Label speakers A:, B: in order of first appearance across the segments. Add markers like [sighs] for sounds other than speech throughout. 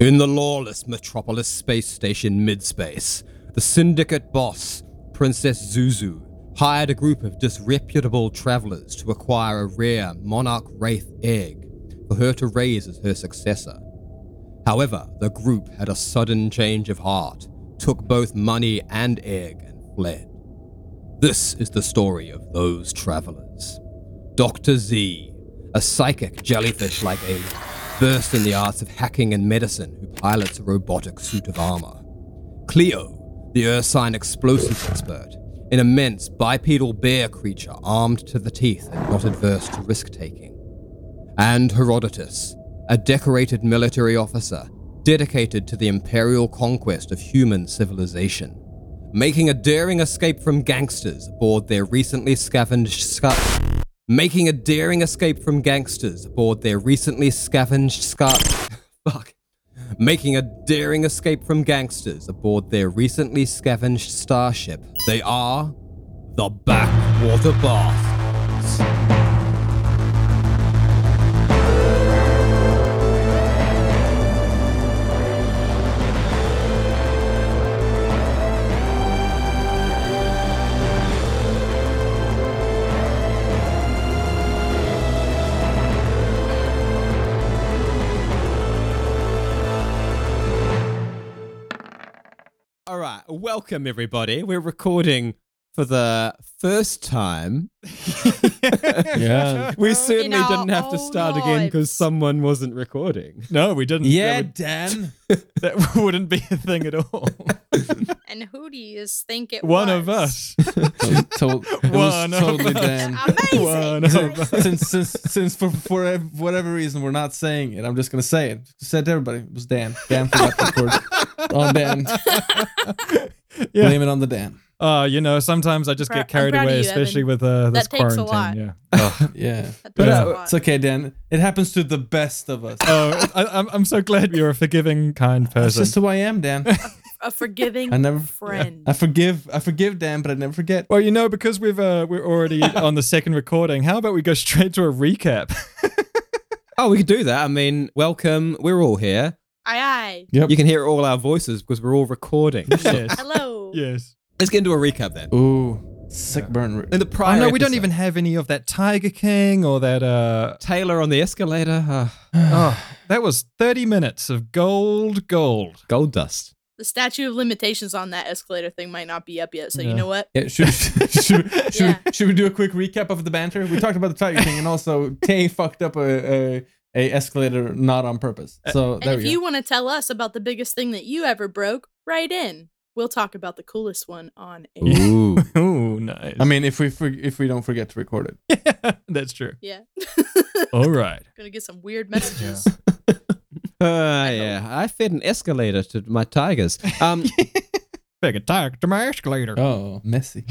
A: In the lawless Metropolis space station midspace, the Syndicate boss, Princess Zuzu, hired a group of disreputable travelers to acquire a rare Monarch Wraith egg for her to raise as her successor. However, the group had a sudden change of heart, took both money and egg, and fled. This is the story of those travelers. Dr. Z, a psychic jellyfish like alien, versed in the arts of hacking and medicine, who pilots a robotic suit of armor. Cleo, the ursine explosives expert, an immense bipedal bear creature armed to the teeth and not adverse to risk taking. And Herodotus, a decorated military officer dedicated to the imperial conquest of human civilization, making a daring escape from gangsters aboard their recently scavenged scut making a daring escape from gangsters aboard their recently scavenged scar. [laughs] Fuck. Making a daring escape from gangsters aboard their recently scavenged starship. They are the Backwater Bastards. All right, welcome everybody. We're recording for the first
B: [laughs]
A: time.
C: Yeah.
A: We certainly
D: our
A: didn't have to
D: own
A: start again
D: lives.
A: because someone wasn't recording.
C: No, we didn't.
B: Yeah,
C: That,
B: Dan.
C: would, that [laughs] wouldn't be a thing at all.
D: And who do you think it
C: One
D: was?
C: of us.
B: To- to-
C: [laughs]
B: it
C: One
B: was
C: of
B: totally
C: us.
B: Dan.
D: Amazing.
C: One of us.
B: Since since since for for ev- whatever reason we're not saying it, I'm just gonna say it. Just said to everybody, it was Dan. Dan forgot
D: [laughs]
B: to record. Oh, Dan.
C: [laughs] Yeah.
B: Blame it on the Dan.
C: Uh, you know, sometimes I just
D: Proud-
C: get carried
D: I'm proud
C: away,
D: of you,
C: especially
D: Evan.
C: with uh, this
D: That takes a
C: quarantine.
D: lot.
C: Yeah.
B: Yeah,
D: That
B: but uh,
D: takes
C: Yeah.
D: a
B: it's
D: lot.
B: okay, Dan. It happens to the best of us.
C: Oh, I, I'm I'm so glad you're a forgiving, kind
B: That's
C: person.
B: just who I am, Dan.
D: A forgiving
B: I never. [laughs]
D: friend.
B: I forgive. I forgive Dan, but I never forget.
C: well, you know, because we've uh, we're
B: [laughs]
C: already on the second recording. How about we go straight to a recap?
A: Oh, we could do that. I mean, welcome. We're all here.
D: Aye, aye.
B: Yep.
A: You can hear all our voices because we're all recording.
C: yes. [laughs]
D: Hello.
C: Yes.
A: Let's get into a recap then.
B: Ooh, sick burn.
A: In the
C: Oh
A: prior,
C: no, we don't
A: episode,
C: even have any of that Tiger King or that. [sighs] Uh,
A: Taylor on the escalator. Uh,
C: oh, that was 30 minutes of gold, gold. [laughs]
A: gold dust.
D: The statute of limitations on that escalator thing might not be up yet, so
C: Yeah.
D: you know what?
B: Yeah, should, should, should,
D: Yeah.
B: we, should we do a quick recap of the banter? We talked about the Tiger King, and also Tay fucked up a, a, a escalator not on purpose. So
D: Uh, And
B: there
D: if
B: we
D: you
B: go.
D: want to tell us about the biggest thing that you ever broke, write in. We'll talk about the coolest one on
A: [laughs]
D: air.
C: [laughs]
A: Ooh.
C: Oh, nice.
B: I mean, if we for, if we don't forget to record
D: [laughs]
B: it,
C: that's true. [laughs]
D: Yeah.
C: All right.
D: Gonna get some weird messages.
A: Uh, yeah, I fed an escalator to my tigers. Um,
C: Big attack to my escalator.
B: oh, messy.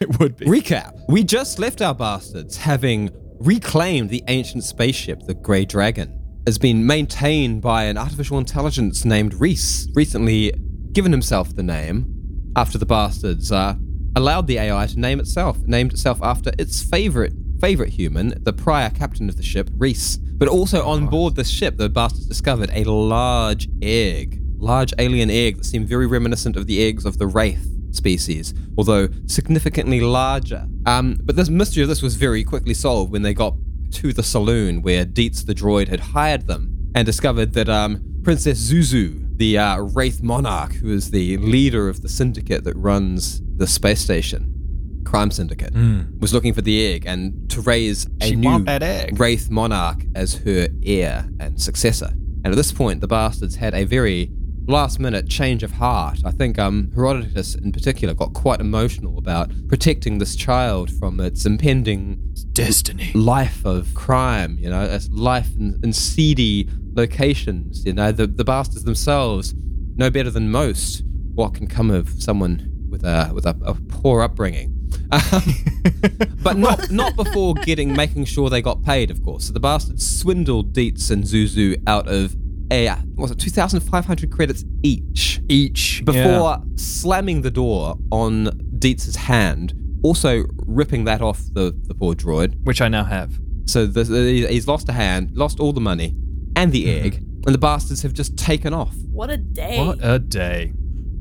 C: It would be.
A: recap: We just left our bastards, having reclaimed the ancient spaceship, the Grey Dragon, has been maintained by an artificial intelligence named Reese, recently given himself the name after the bastards uh, allowed the AI to name itself, named itself after its favorite favorite human, the prior captain of the ship, Reese. But also on board the ship, the bastards discovered a large egg, large alien egg that seemed very reminiscent of the eggs of the wraith species, although significantly larger. Um, but this mystery of this was very quickly solved when they got to the saloon where Dietz the droid had hired them and discovered that um, Princess Zuzu, the uh, Wraith Monarch, who is the leader of the syndicate that runs the space station, crime syndicate, was looking for the egg and to raise a
C: Hmm. She
A: new
C: want that egg.
A: Wraith Monarch as her heir and successor. And at this point, the bastards had a very last minute change of heart. I think um, Herodotus, in particular, got quite emotional about protecting this child from its impending
C: Destiny.
A: life of crime, you know, as life in, in seedy locations, you know, the, the bastards themselves know better than most what can come of someone with a with a, a poor upbringing. [laughs] Um, but not not before getting making sure they got paid, of course. So the bastards swindled Dietz and Zuzu out of a what was it two thousand five hundred credits each
C: Each
A: before slamming the door on Dietz's hand, also ripping that off the, the poor droid.
C: which I now have.
A: So the, the, he's lost a hand, lost all the money and the egg, and the bastards have just taken off.
D: What a day.
C: What a day.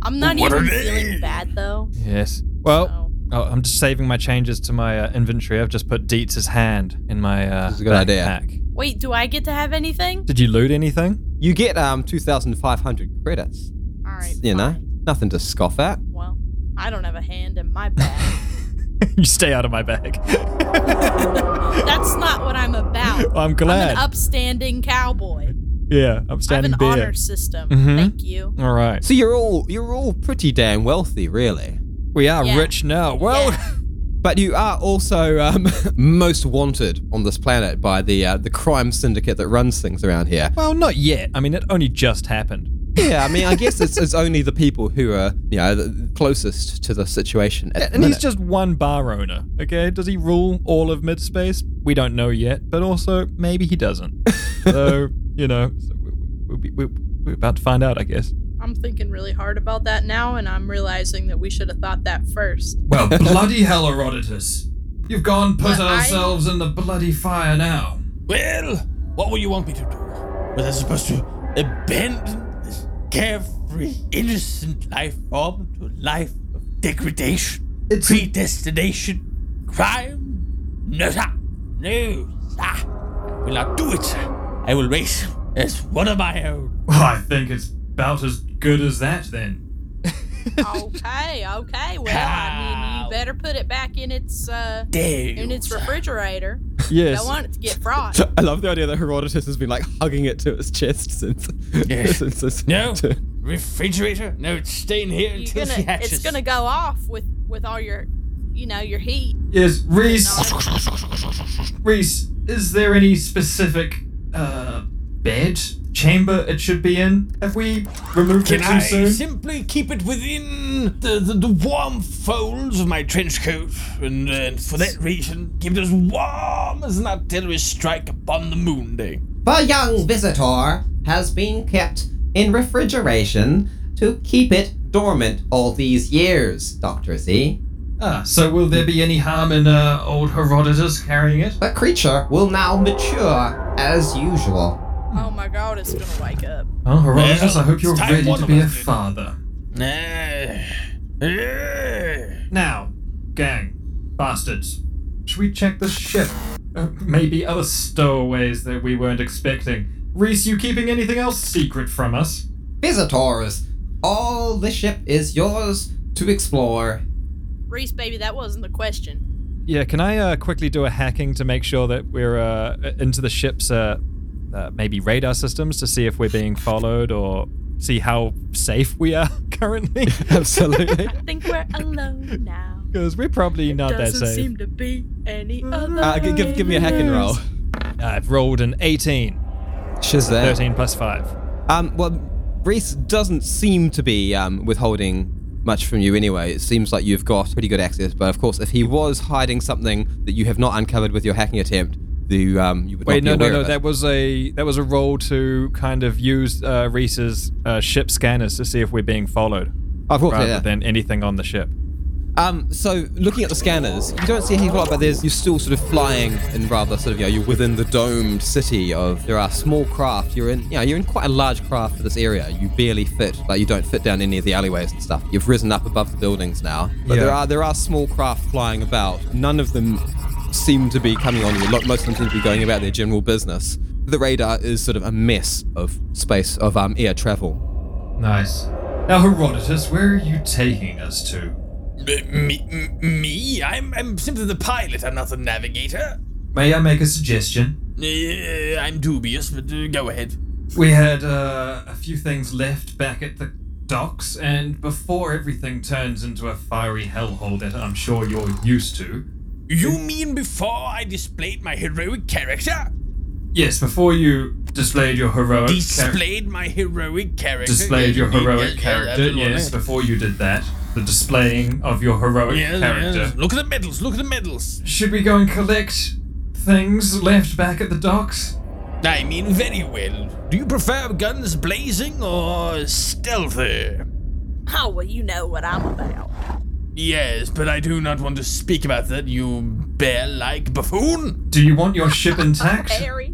D: I'm not
E: What a
D: even
E: day.
D: feeling bad though.
C: Yes. Well,
D: so.
C: oh, I'm just saving my changes to my uh, inventory. I've just put Dietz's hand in my uh,
A: This is a good idea.
C: backpack.
D: Wait, do I get to have anything?
C: Did you loot anything? [laughs]
A: You get um 2,500 credits.
D: All right.
A: you know,
D: fine.
A: nothing to scoff at.
D: Well, I don't have a hand in my bag.
C: you stay out of my [laughs]
D: [laughs]
C: bag.
D: That's not what
C: [laughs]
D: I'm about.
C: I'm
D: I'm
C: glad.
D: an upstanding cowboy.
C: yeah, upstanding
D: I have an
C: beer.
D: honor system.
A: Mm-hmm.
C: Mhm.
D: Thank you.
C: All right.
A: So you're all you're all pretty damn wealthy, really.
C: We are
D: Yeah.
C: Ah, rich now. Well, [laughs]
D: Yeah.
A: But you are also um, [laughs] most wanted on this planet by the uh, the crime syndicate that runs things around here.
C: well, not yet. I mean, it only just happened.
A: Yeah, I mean, I guess it's, it's only the people who are you know the closest to the situation. At the
C: And he's
A: minute.
C: just one bar owner, okay? Does he rule all of midspace? We don't know yet, but also maybe he
E: [laughs]
C: doesn't. so, you know, so we, we, we, we, we're about to find out, I guess.
D: I'm thinking really hard about that now, and I'm realizing that we should have thought that
A: [laughs]
D: first.
E: Well, bloody hell, Herodotus. You've gone put
D: But I-
E: ourselves in the bloody fire now.
F: Well, what would you want me to do? Was I supposed to abandon this carefree, innocent life form to a life of degradation, predestination, crime? No, sir. No, sir. I will not do it. sir. I will race as one of my own.
E: Well, I think it's about as good as that then.
D: okay, okay. Well, I mean,
F: Cow.
D: you better put it back in its uh
F: Damn.
D: in
A: [laughs]
D: its refrigerator.
C: Yes.
D: Don't want it to get fried.
A: I love the idea that Herodotus has been like hugging it to his chest since. [laughs]
F: Yeah.
A: since this-
F: No. Refrigerator? No, it's staying here
D: You're
F: until
D: gonna,
F: she hatches.
D: it's gonna go off with with all your, you know, your heat.
E: Is Reese
D: No,
E: Reese, is there any specific uh bed chamber it should be in? Have we removed
F: Can
E: it too
F: I
E: soon?
F: simply keep it within the, the, the warm folds of my trench coat? And uh, for that reason, keep it as warm as an artillery strike upon the moon day.
G: The young visitor has been kept in refrigeration to keep it dormant all these years, Dr. Z.
E: Ah, so will there be any harm in uh, old Herodotus carrying it?
G: The creature will now mature as usual.
D: oh my god, it's gonna wake up.
E: Oh, Herodotus,
F: Well,
E: I hope you're
F: it's time
E: ready
F: one
E: to
F: of
E: be a
F: us did.
E: father.
F: Eh. Ah.
E: Now, gang, bastards, should we check the ship? Uh, maybe other stowaways that we weren't expecting. Reese, you keeping anything else secret from us?
G: Visitors, all the ship is yours to explore.
D: Reese, baby, that wasn't the question.
C: Yeah, can I uh, quickly do a hacking to make sure that we're uh, into the ship's uh, uh, maybe radar systems to see if we're being followed or see how safe we are [laughs] currently?
A: [laughs] Absolutely.
C: [laughs]
D: I think
A: [laughs]
D: we're alone now.
C: Because we're probably not that
D: Doesn't
C: safe.
D: seem to be any other.
A: Uh, g- give, give me a hacking roll.
C: I've rolled an 18,
A: Shazam.
C: 13 plus 5.
A: Um, well, Reese doesn't seem to be um, withholding much from you anyway. It seems like you've got pretty good access, but of course, if he was hiding something that you have not uncovered with your hacking attempt, the, um, you would
C: Wait, no,
A: not be
C: no,
A: aware
C: no.
A: of it.
C: That was a that was a roll to kind of use uh, Reese's uh, ship scanners to see if we're being followed,
A: Of course,
C: rather
A: Oh, yeah.
C: than anything on the ship.
A: Um, so looking at the scanners, you don't see a heck of a lot, but there's you're still sort of flying and rather sort of you know, you're within the domed city of there are small craft. You're in you know, you're in quite a large craft for this area. You barely fit like you don't fit down any of the alleyways and stuff. You've risen up above the buildings now. But there
C: Yeah.
A: are there are small craft flying about. None of them seem to be coming on you. Lot- Most of them seem to be going about their general business. The radar is sort of a mess of space of um air travel.
E: Nice. Now, Herodotus, where are you taking us to?
F: Me, m- me? I'm, I'm simply the pilot, I'm not the navigator.
E: May I make a suggestion?
F: Eh, I'm dubious, but uh, go ahead.
E: We had uh, a few things left back at the docks, and before everything turns into a fiery hellhole that I'm sure you're used to,
F: You mean before I displayed my heroic character?
E: yes, before you displayed your heroic char-
F: Displayed my heroic character. [laughs]
E: displayed your
F: Yes,
E: heroic
F: yes, yes,
E: character.
F: absolutely.
E: yes, before you did that, the displaying of your heroic
F: Yes,
E: character.
F: yes. Look at the medals, look at the medals.
E: Should we go and collect things left back at the docks?
F: I mean, very well. Do you prefer guns blazing or stealthy?
D: Oh well, you know what I'm about.
F: Yes, but I do not want to speak about that, you bear like buffoon. [laughs]
E: Do you want your ship intact?
D: Harry,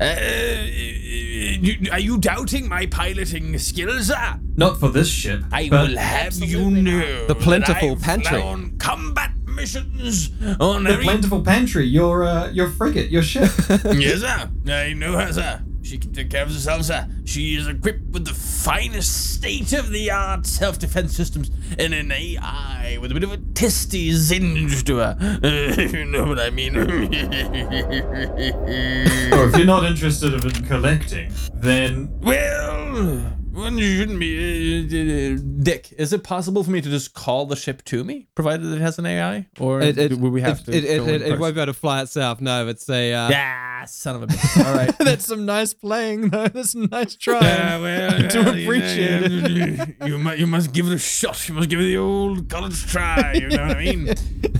F: Uh, you, are you doubting my piloting skills? Ah,
E: Not for this ship.
F: I
E: but
F: will have you
D: Absolutely not.
F: know
A: The plentiful
F: that I've
A: pantry.
F: flown combat missions on
E: the
F: every
E: plentiful pantry, your uh, your frigate, your ship.
F: [laughs] yes, sir. I know her, sir. She can take care of herself, sir. She is equipped with the finest state-of-the-art self-defense systems and an AI with a bit of a testy zinge to her. [laughs] if you know what I mean. [laughs]
E: or if you're not interested in collecting, then
F: well, one shouldn't uh, be.
B: Dick, is it possible for me to just call the ship to me, provided it has an AI, or
A: It, it,
B: do we have
A: it,
B: to?
A: it,
B: go
A: it, it,
B: in
A: it
B: person?
A: won't be able to fly itself. No, it's a. Uh,
B: Ah, son of a bitch. All right.
C: [laughs] That's some nice playing, though. [laughs] That's some nice try.
B: [laughs]
F: Yeah, uh, well,
C: do
F: yeah, you
C: appreciate
F: know, You, you, mu- you must give it a shot. You must give it the old college try. You know what I mean?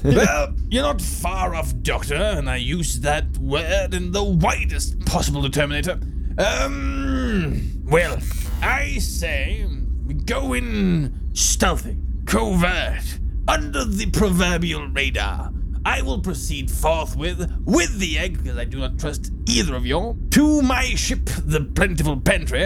F: well, you're not far off, Doctor, and I use that word in the widest possible determinator. Um, well, I say we go in stealthy, covert, under the proverbial radar. I will proceed forthwith with the egg, because I do not trust either of you, to my ship, the plentiful pantry.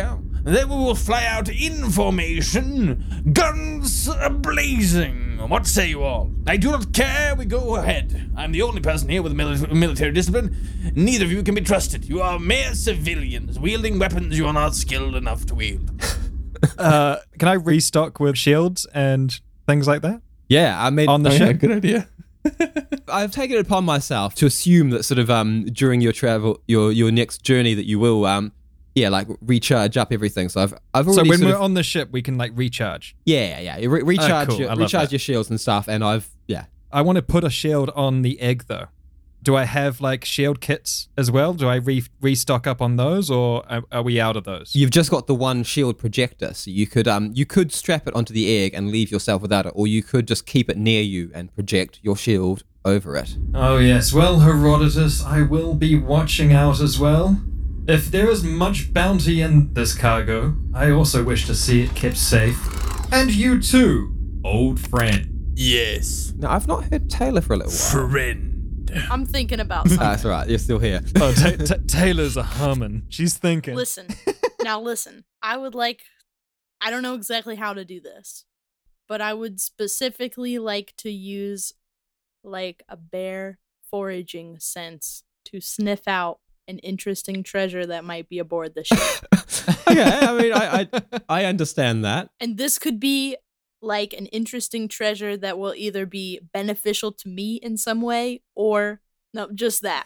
F: Then we will fly out in formation, guns ablazing. What say you all? I do not care, we go ahead. I'm the only person here with mili- military discipline. Neither of you can be trusted. You are mere civilians, wielding weapons you are not skilled enough to wield.
C: Uh, can I restock with shields and things like that
A: yeah, I mean,
C: on the
B: Oh, yeah,
C: ship?
B: good idea.
A: I've taken it upon myself to assume that sort of um during your travel your your next journey that you will um yeah like recharge up everything. So I've I've
C: So
A: already
C: when
A: sort
C: we're
A: of,
C: on the ship, we can like recharge.
A: yeah yeah yeah re- recharge
C: cool. I
A: your,
C: love
A: recharge
C: that.
A: your shields and stuff. And I've yeah
C: I want to put a shield on the egg though. Do I have like shield kits as well? Do I re- restock up on those, or are, are we out of those?
A: you've just got the one shield projector, so you could um you could strap it onto the egg and leave yourself without it, or you could just keep it near you and project your shield over it.
E: oh yes, well Herodotus, I will be watching out as well. If there is much bounty in this cargo, I also wish to see it kept safe. And you too, old friend.
F: Yes,
A: Now I've not heard Taylor for a little
C: [laughs]
A: while. Ah,
F: friend.
D: I'm thinking about
A: [laughs]
D: something.
A: That's all right. You're still here.
C: Oh, Ta- Ta- Taylor's a humming. She's thinking.
D: Listen, now listen. I would like, I don't know exactly how to do this, but I would specifically like to use like a bear foraging sense to sniff out an interesting treasure that might be aboard
A: [laughs]
D: the ship.
A: okay, I mean, I, I I understand that.
D: and this could be like an interesting treasure that will either be beneficial to me in some way or no, just that.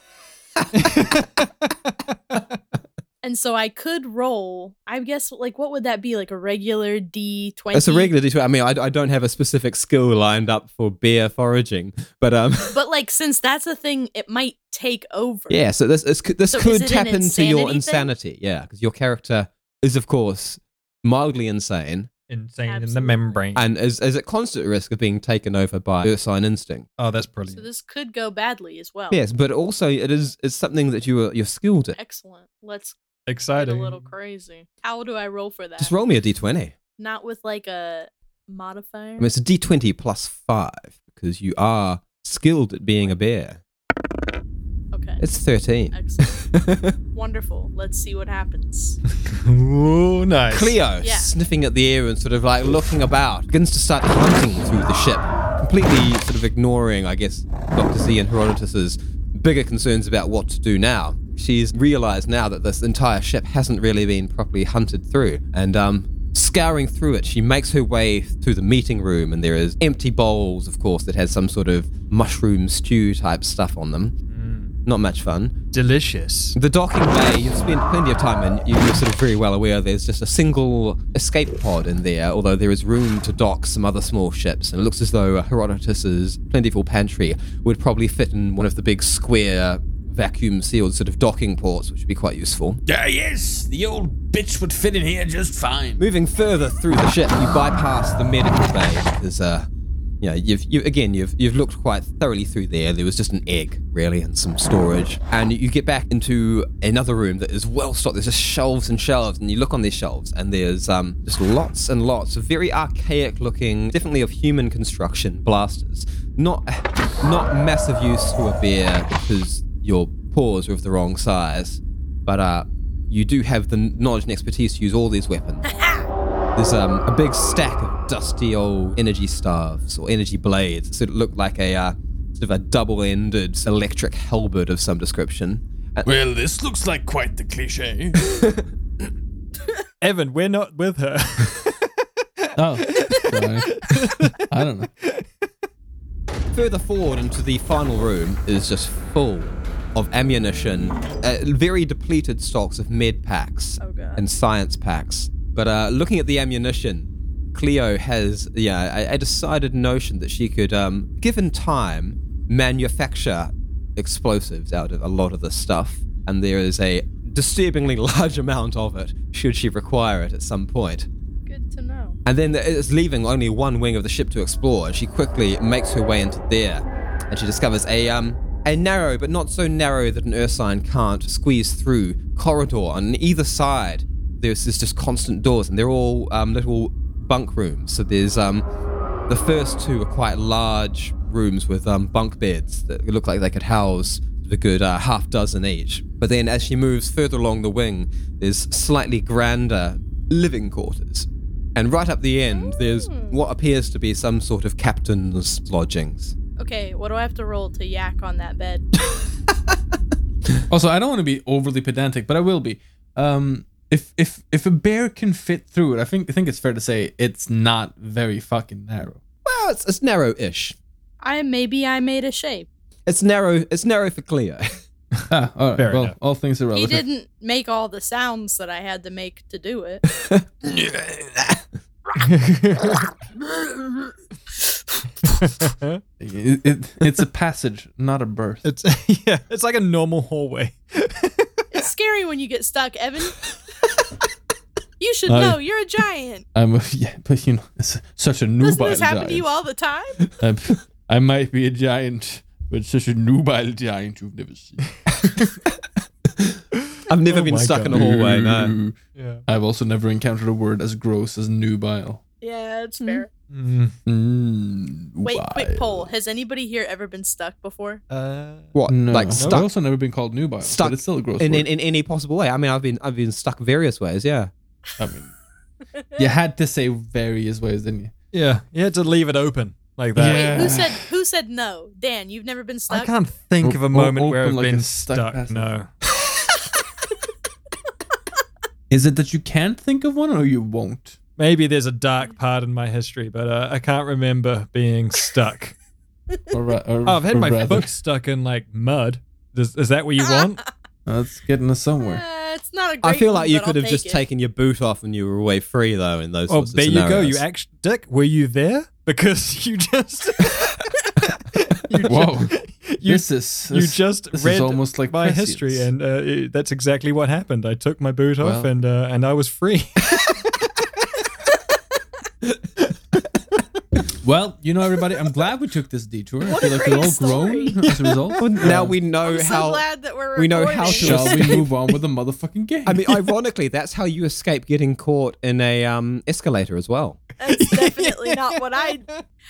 D: And so I could roll, I guess, like, what would that be? Like a regular D20?
A: That's a regular D20. I mean, I, I don't have a specific skill lined up for bear foraging, but um,
D: But like, since that's a thing, it might take over.
A: [laughs] yeah. So this this, could- this
D: So is
A: could
D: it an
A: tap into your
D: insanity
A: insanity, yeah, because your character is of course mildly insane
C: Insane in the
D: Absolutely.
C: membrane.
A: and is is at constant risk of being taken over by ursine instinct.
C: oh, that's
D: So
C: brilliant.
D: this could go badly as well.
A: Yes, but also it is it's something that you are you're skilled at.
D: Excellent. Let's get a
C: Exciting.
D: little crazy. How do I roll for that?
A: Just roll me a D20.
D: Not with like a modifier.
A: I mean, it's a D20 plus five because you are skilled at being a bear.
D: okay.
A: It's 13. [laughs]
D: Excellent. Wonderful. Let's see what happens.
C: Ooh, nice.
A: Cleo,
D: Yeah.
A: sniffing at the air and sort of like looking about, begins to start hunting through the ship, completely sort of ignoring, I guess, Dr. Z and Herodotus's bigger concerns about what to do now. She's realized now that this entire ship hasn't really been properly hunted through, and um, scouring through it, she makes her way through the meeting room, and there is empty bowls, of course, that has some sort of mushroom stew type stuff on them. Not much fun.
C: Delicious.
A: The docking bay, you've spent plenty of time in, you- you're sort of very well aware there's just a single escape pod in there, although there is room to dock some other small ships, and it looks as though Herodotus's plentiful pantry would probably fit in one of the big square vacuum sealed sort of docking ports, which would be quite useful.
F: Ah, yes, the old bitch would fit in here just fine.
A: Moving further through the ship, you bypass the medical bay because, uh, you know, you've you, again you've you've looked quite thoroughly through there. There was just an egg, really, and some storage, and you get back into another room that is well stocked. There's just shelves and shelves, and you look on these shelves, and there's um, just lots and lots of very archaic-looking, definitely of human construction blasters. Not not massive use to a bear because your paws are of the wrong size, but uh, you do have the knowledge and expertise to use all these weapons. There's um, a big stack of dusty old energy staves or energy blades that sort of look like a uh, sort of a double-ended electric halberd of some description. Uh, And
F: Well, this looks like quite the cliche.
C: Evan, we're not with her.
B: Oh, sorry. [laughs] I don't know.
A: further forward into the final room is just full of ammunition, uh, very depleted stocks of med packs
D: Oh, God.
A: and science packs. But uh, looking at the ammunition, Cleo has yeah a, a decided notion that she could, um, given time, manufacture explosives out of a lot of this stuff, and there is a disturbingly [laughs] large amount of it should she require it at some point.
D: Good to know.
A: And then it's leaving only one wing of the ship to explore. and She quickly makes her way into there, and she discovers a um a narrow, but not so narrow that an ursine can't squeeze through corridor. On either side, there's, there's just constant doors, and they're all um, little bunk rooms. So there's um the first two are quite large rooms with um bunk beds that look like they could house a good uh, half dozen each. But then as she moves further along the wing, there's slightly grander living quarters. And right up the end, there's
D: Hmm.
A: what appears to be some sort of captain's lodgings.
D: Okay, what do I have to roll to yak on that bed?
B: Also, I don't want to be overly pedantic, but I will be. Um, if if if a bear can fit through it, I think I think it's fair to say it's not very fucking narrow. [laughs]
A: Well, it's, it's narrow-ish.
D: I maybe I made a shape.
A: It's narrow. It's narrow for Cleo. [laughs]
B: Ah, all right.
C: Fair
B: well,
C: enough.
B: all things
A: Oh,
B: are
D: He
B: relative.
D: didn't make all the sounds that I had to make to do it.
B: It, it- it's a passage, not a birth.
C: it's yeah, it's like a [laughs] normal hallway.
D: It's scary when you get stuck, Evan. you should
B: I-
D: know. You're a giant.
B: I'm a, [laughs] yeah, but you know, it's such a nubile
D: Doesn't this happen
B: giant.
D: to you all the time?
B: I'm- [laughs] I might be a giant, but such a nubile giant you've
C: [laughs]
B: never seen.
A: I've never been
C: Oh my
A: stuck in a
C: God.
A: hallway. No.
B: [laughs]
C: Yeah.
B: I've also never encountered a word as gross as nubile.
D: Yeah, it's fair.
B: Mm,
D: Wait,
B: nubile.
D: quick poll. Has anybody here ever been stuck before?
C: Uh,
A: What?
B: No.
A: Like
B: I've
A: stuck
B: also never been called nubile.
A: Stuck
B: But it's still a gross
A: in,
B: word.
A: in in any possible way. I mean, I've been I've been stuck various ways. Yeah.
B: I mean, [laughs] you had to say various ways, didn't you?
C: yeah, you had to leave it open like
A: Uh,
C: that.
B: Yeah.
D: Who said who said no? Dan, you've never been
C: I
D: stuck?
C: can't think
B: O-
C: of a
B: o-
C: moment where
B: open
C: I've
B: like
C: been
B: a stuck
C: stuck.
B: passage.
C: No.
B: Is it that you can't think of one or you
C: [laughs]
B: won't?
C: Maybe there's a dark part in my history, but uh, I can't remember being stuck.
B: Or, ra- or,
C: Oh, I've had
B: or
C: my
B: rather-
C: foot stuck in like mud. Is, is that what you want?
D: [laughs]
B: That's getting us somewhere.
D: Uh, it's not a great
A: I feel
D: one,
A: like you
D: but
A: could
D: I'll
A: have just
D: take it.
A: taken your boot off and you were away free though in those.
C: Oh,
A: sorts of
C: there you go. You
A: scenarios.
C: actually, Dick, were you there? Because [laughs] you
D: [laughs]
C: just, [laughs] you
B: Whoa.
C: just, [laughs] you,
B: this is
C: you
B: this-
C: just
B: this is
C: read
B: almost like
C: my
B: prescience.
C: history, and uh, it- that's exactly what happened. I took my boot off,
B: Well.
C: and uh, and I was free. [laughs]
B: well, you know, everybody, I'm glad we took this detour. I feel like we're
D: great
B: all grown as
C: [laughs]
B: a result.
A: now
B: Uh,
A: we know
D: I'm so
A: how.
D: glad that we're
A: we know how
D: recording.
A: to-
B: shall we move on with
C: [laughs]
B: the motherfucking game?
A: I mean, ironically, that's how you escape getting caught in a um, escalator as well. [laughs]
D: That's definitely not what I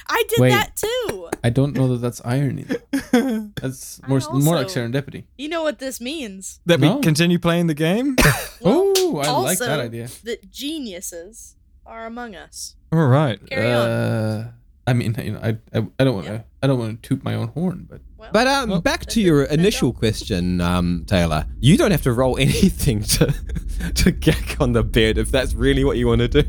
D: I did
B: Wait.
D: that too.
B: I don't know that that's
C: [laughs]
B: irony. though. That's more more like
D: also-
B: serendipity.
D: You know what this means.
C: that
B: No.
C: we continue playing the game.
B: Oh, I like
D: also-
B: that idea.
D: That geniuses are among us.
C: [coughs] All right.
D: Carry on.
B: uh, I mean, you know, I I, I don't want to I don't want to toot my own horn, but
D: Well,
A: But um, back to your initial question, um, Taylor. You don't have to roll [laughs] anything to to gag on the bed if that's really what you want to do.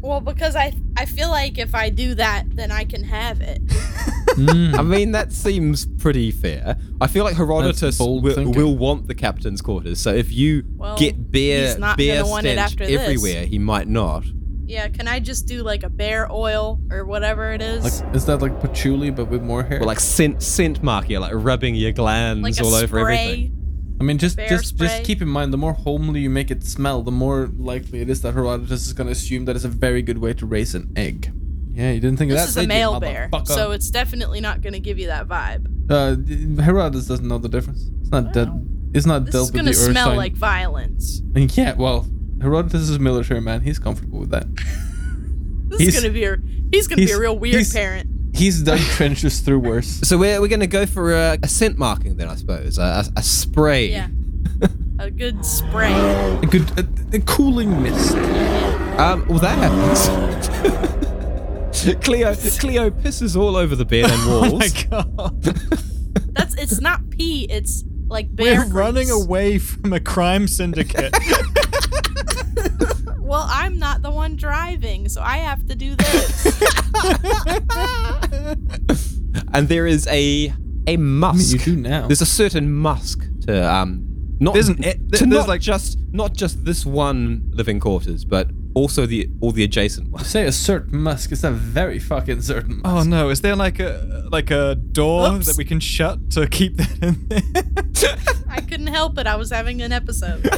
D: well, because I I feel like if I do that, then I can have it.
C: Hmm?
B: [laughs] Hmm.
A: I mean, that seems pretty fair. I feel like Herodotus will,
B: bold thinking.
A: will want the captain's quarters. So if you
D: Well,
A: get bear
D: he's not
A: bear
D: gonna want it
A: stench
D: after this.
A: everywhere, he might not.
D: Yeah, can I just do like a bear oil or whatever it is?
B: like is that like patchouli but with more hair?
A: Or like scent scent mark, you're like rubbing your glands
D: Like a
A: all over
D: spray.
A: everything.
B: I mean, just
D: Bear
B: just
D: spray.
B: just keep in mind, the more homely you make it smell, the more likely it is that Herodotus is gonna assume that it's a very good way to raise an egg. Yeah, you didn't think
D: This
B: of that.
D: is a
B: did you,
D: male bear,
B: motherfucker?
D: so it's definitely not going to give you that vibe.
B: uh, Herodotus doesn't know the difference. It's not dead. It's not
D: This
B: dealt
D: is
B: with
D: going
B: the
D: to
B: earth
D: smell
B: sign.
D: like violence.
B: [laughs] Yeah, well, Herodotus is military man. He's comfortable with that.
D: This
B: He's-
D: is going to be a, he's going to be
B: he's-
D: a real weird
B: he's-
D: parent.
B: [laughs] He's dug trenches through worse. [laughs]
A: So we're, we're going to go for a, a scent marking then, I suppose. A, a, a spray.
D: Yeah. a good spray.
B: A good, a, a cooling mist.
A: Um, well, that happens. Cleo, Cleo pisses all over the bed
B: [laughs]
A: and
B: Oh
A: walls.
C: Oh [laughs]
D: That's it's not pee. It's like bear
C: We're running
D: grease.
C: away from a crime syndicate.
D: Well, I'm not the one driving, so I have to do
B: [laughs]
D: this.
A: [laughs] and there is a a
B: You
A: musk.
B: do now. e,
A: There's a certain musk to um not
C: There's an- eh,
A: to
C: there's
A: not
C: like-
A: just not just this one living quarters, but also the all the adjacent
B: [laughs]
A: ones. [laughs]
B: Say a certain musk. It's a very fucking certain
C: [laughs] oh
B: musk.
C: no, is there like a like a door that we can shut to keep that in [laughs] there?
D: I couldn't help it. I was having an episode.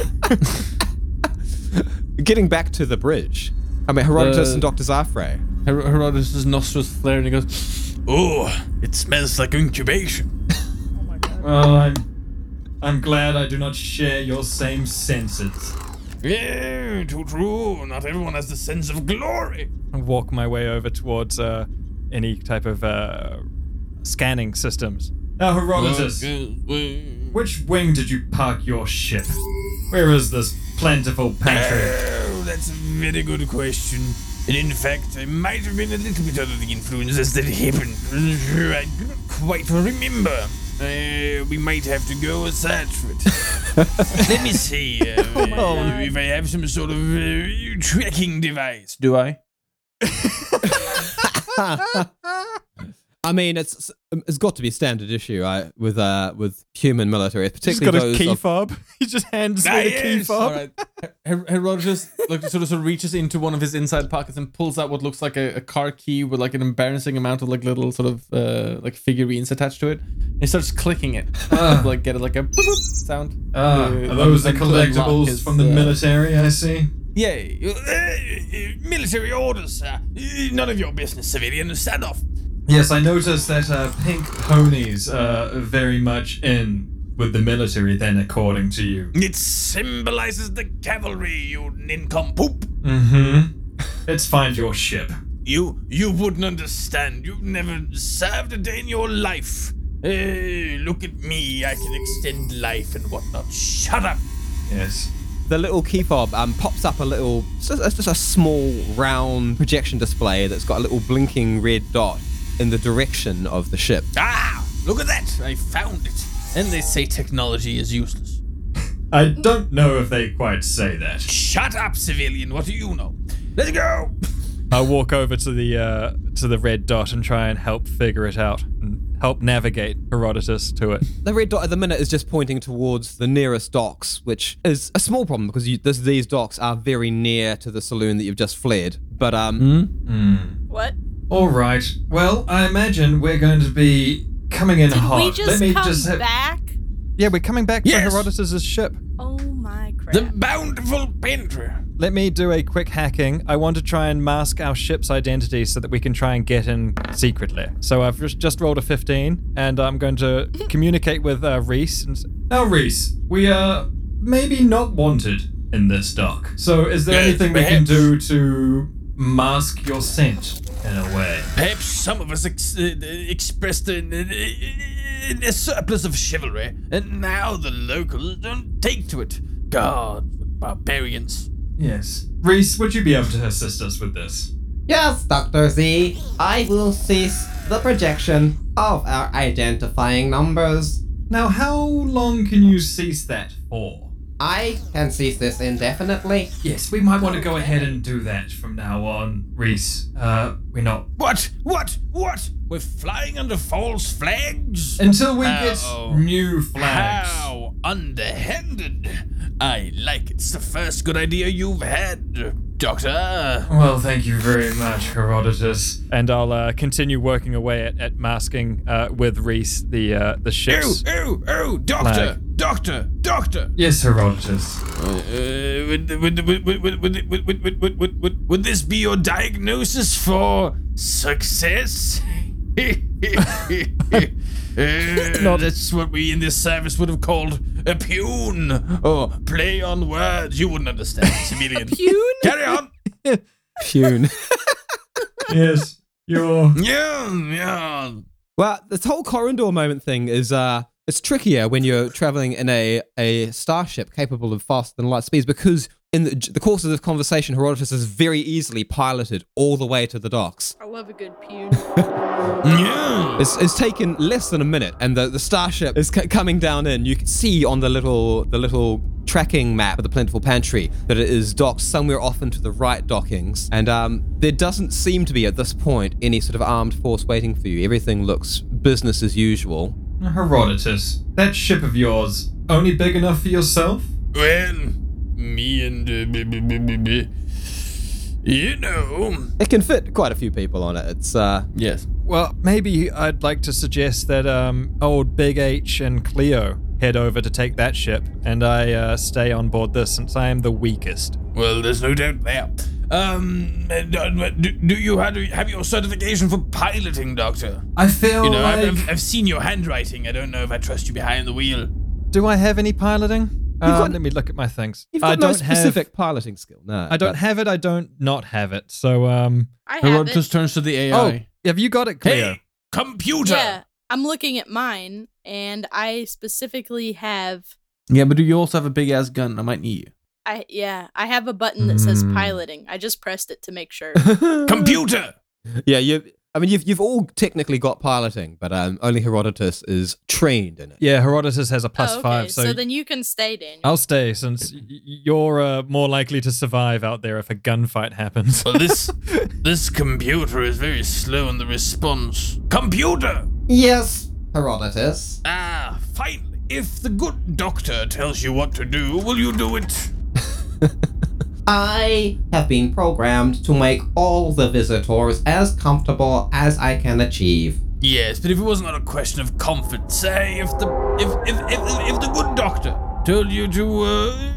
A: Getting back to the bridge. I mean, Herodotus
B: The-
A: and Doctor Zafre.
B: Her- Herodotus' nostrils flare and he goes,
F: Oh, it smells like incubation.
E: Well, I'm, I'm glad I do not share your same senses.
F: Yeah, too true. Not everyone has the sense of glory.
C: Walk my way over towards uh, any type of uh, scanning systems.
E: Now, Herodotus, which wing did you park your ship? Where is this plentiful pantry?
F: Oh, that's a very good question. And in fact, I might have been a little bit under the influences that happened. I do not quite remember. Uh, we might have to go and search for it. Let me see uh, if I have some sort of uh, tracking device.
B: Do I?
A: I mean, it's it's got to be standard issue right, with uh with human military,
C: He's
A: particularly
C: got a
A: those
C: key
A: of-
C: fob. [laughs] He just hands
F: Ah,
C: me the key
F: yes,
C: fob.
B: All right. Her- Herodotus like sort of sort of reaches into one of his inside pockets and pulls out what looks like a, a car key with like an embarrassing amount of like little sort of uh, like figurines attached to it. And he starts clicking it, to, [laughs] like get it like a boop, boop sound.
E: Ah,
B: Ah. Uh,
E: are those the
B: un- unlock
E: collectibles
B: his,
E: from the
B: uh,
E: military, I see?
B: Yay!
F: Uh, uh, military orders, sir. Uh, none of your business, civilian. Stand off.
E: Yes, I noticed that uh, pink ponies are very much in with the military, then, according to you.
F: It symbolizes the cavalry, you nincompoop.
E: Mm
C: Mm-hmm.
E: hmm. Let's find your ship.
F: You you wouldn't understand. You've never served a day in your life. Hey, look at me. I can extend life and whatnot. Shut up.
E: Yes.
A: the little key fob um, pops up a little it's just, it's just a small round projection display that's got a little blinking red dot in the direction of the ship
F: Ah, look at that. I found it. And they say technology is useless.
E: I don't know if they quite say that.
F: Shut up, civilian. What do you know? Let's go.
C: I walk over to the uh, to the red dot and try and help figure it out and help navigate Herodotus to it.
A: the red dot at the minute is just pointing towards the nearest docks which is a small problem because you, this, these docks are very near to the saloon that you've just fled but um
D: What?
E: All right. Well, I imagine we're going to be coming in
D: Did
E: hot.
D: we just
E: Let me
D: come
E: just have-
D: back?
C: Yeah, we're coming back for
F: Yes.
C: Herodotus's ship.
D: Oh my crap.
F: The bountiful pantry.
C: Let me do a quick hacking. I want to try and mask our ship's identity so that we can try and get in secretly. So I've just, just rolled a 15 and I'm going
E: [laughs]
C: to communicate with uh, Reese. And, s-
E: Now, Reese, we are maybe not wanted in this dock. So, is there
F: Yes,
E: anything we can
F: perhaps.
E: do to mask your scent in a way?
F: Perhaps some of us ex- uh, expressed an, an- a surplus of chivalry, and now the locals don't take to it. God, barbarians.
E: Yes. Reese, would you be able to assist us with this?
G: Yes, Dr. Z, I will cease the projection of our identifying numbers.
E: Now, how long can you cease that for?
G: I can cease this indefinitely.
E: Yes, we might want to go ahead and do that from now on, Reese. Uh, we're not.
F: What? What? What? We're flying under false flags?
E: Until we
F: How?
E: get new flags.
F: How underhanded! I like it. It's the first good idea you've had, Doctor.
E: Well, thank you very much, Herodotus.
C: and I'll uh, continue working away at, at masking uh, with Reese the, uh, the
F: Ew,
C: ship's.
F: ew, ew, Doctor, Doctor, Doctor.
E: Yes, Herodotus.
F: Uh, would, would, would, would, would, would, would, would, would, would, would, would, would this be your diagnosis for success? no, that's what we in this service would have called a pune or play on words. You wouldn't understand, civilian.
D: Pune?
A: [laughs]
F: Carry on.
A: pune
E: yes, you're.
F: [laughs] Yeah, yeah.
A: well this whole corridor moment thing is uh It's trickier when you're traveling in a, a starship capable of faster than light speeds because in the, the course of this conversation, Herodotus is very easily piloted all the way to the docks.
D: I love a good pune.
A: It's, it's taken less than a minute, and the, the starship is c- coming down in. You can see on the little the little tracking map of the plentiful pantry that it is docked somewhere off into the right dockings, and um, there doesn't seem to be at this point any sort of armed force waiting for you. Everything looks business as usual.
E: Herodotus, that ship of yours only big enough for yourself?
F: Well, me and uh, b- b- b- b- b- you know.
A: It can fit quite a few people on it. It's uh,
B: Yes.
C: Well, maybe I'd like to suggest that um, old Big H and Cleo head over to take that ship, and I uh, stay on board this since I am the weakest.
F: Well, there's no doubt there. Um, do, do you have, have your certification for piloting, Doctor?
E: I feel
C: Oh,
F: You know,
E: like.
F: I've, I've, I've seen your handwriting. I don't know if I trust you behind the wheel.
C: Do I have any piloting? Uh,
A: got-
C: let me look at my things.
A: you've got
C: I don't
A: no specific
C: Have,
A: piloting skill. No,
C: I don't
A: but-
C: have it. I don't not have it. So, um,
D: I have
B: Herodotus
D: it.
B: turns to the AI.
C: oh, have you got it, Cleo?
F: Hey, computer!
D: Yeah, I'm looking at mine, and I specifically have.
B: Yeah, but do you also have a big ass gun? I might need [laughs] you.
D: I yeah, I have a button that says
E: Mm.
D: piloting. I just pressed it to make sure.
F: Computer!
A: Yeah, you. I mean, you've you've all technically got piloting, but um, only Herodotus is trained in it.
C: Yeah, Herodotus has a plus
D: oh, okay.
C: five, so, Oh.
D: then you can stay, Daniel.
C: I'll stay since y- y- you're uh, more likely to survive out there if a gunfight
F: [laughs]
C: happens.
F: Well, this this computer is very slow in the response. Computer!
G: Yes, Herodotus.
F: Ah, finally. If the good doctor tells you what to do, will you do it?
G: I have been programmed to make all the visitors as comfortable as I can achieve.
F: Yes, but if it was not a question of comfort, say if the if if if, if the good doctor told you to uh,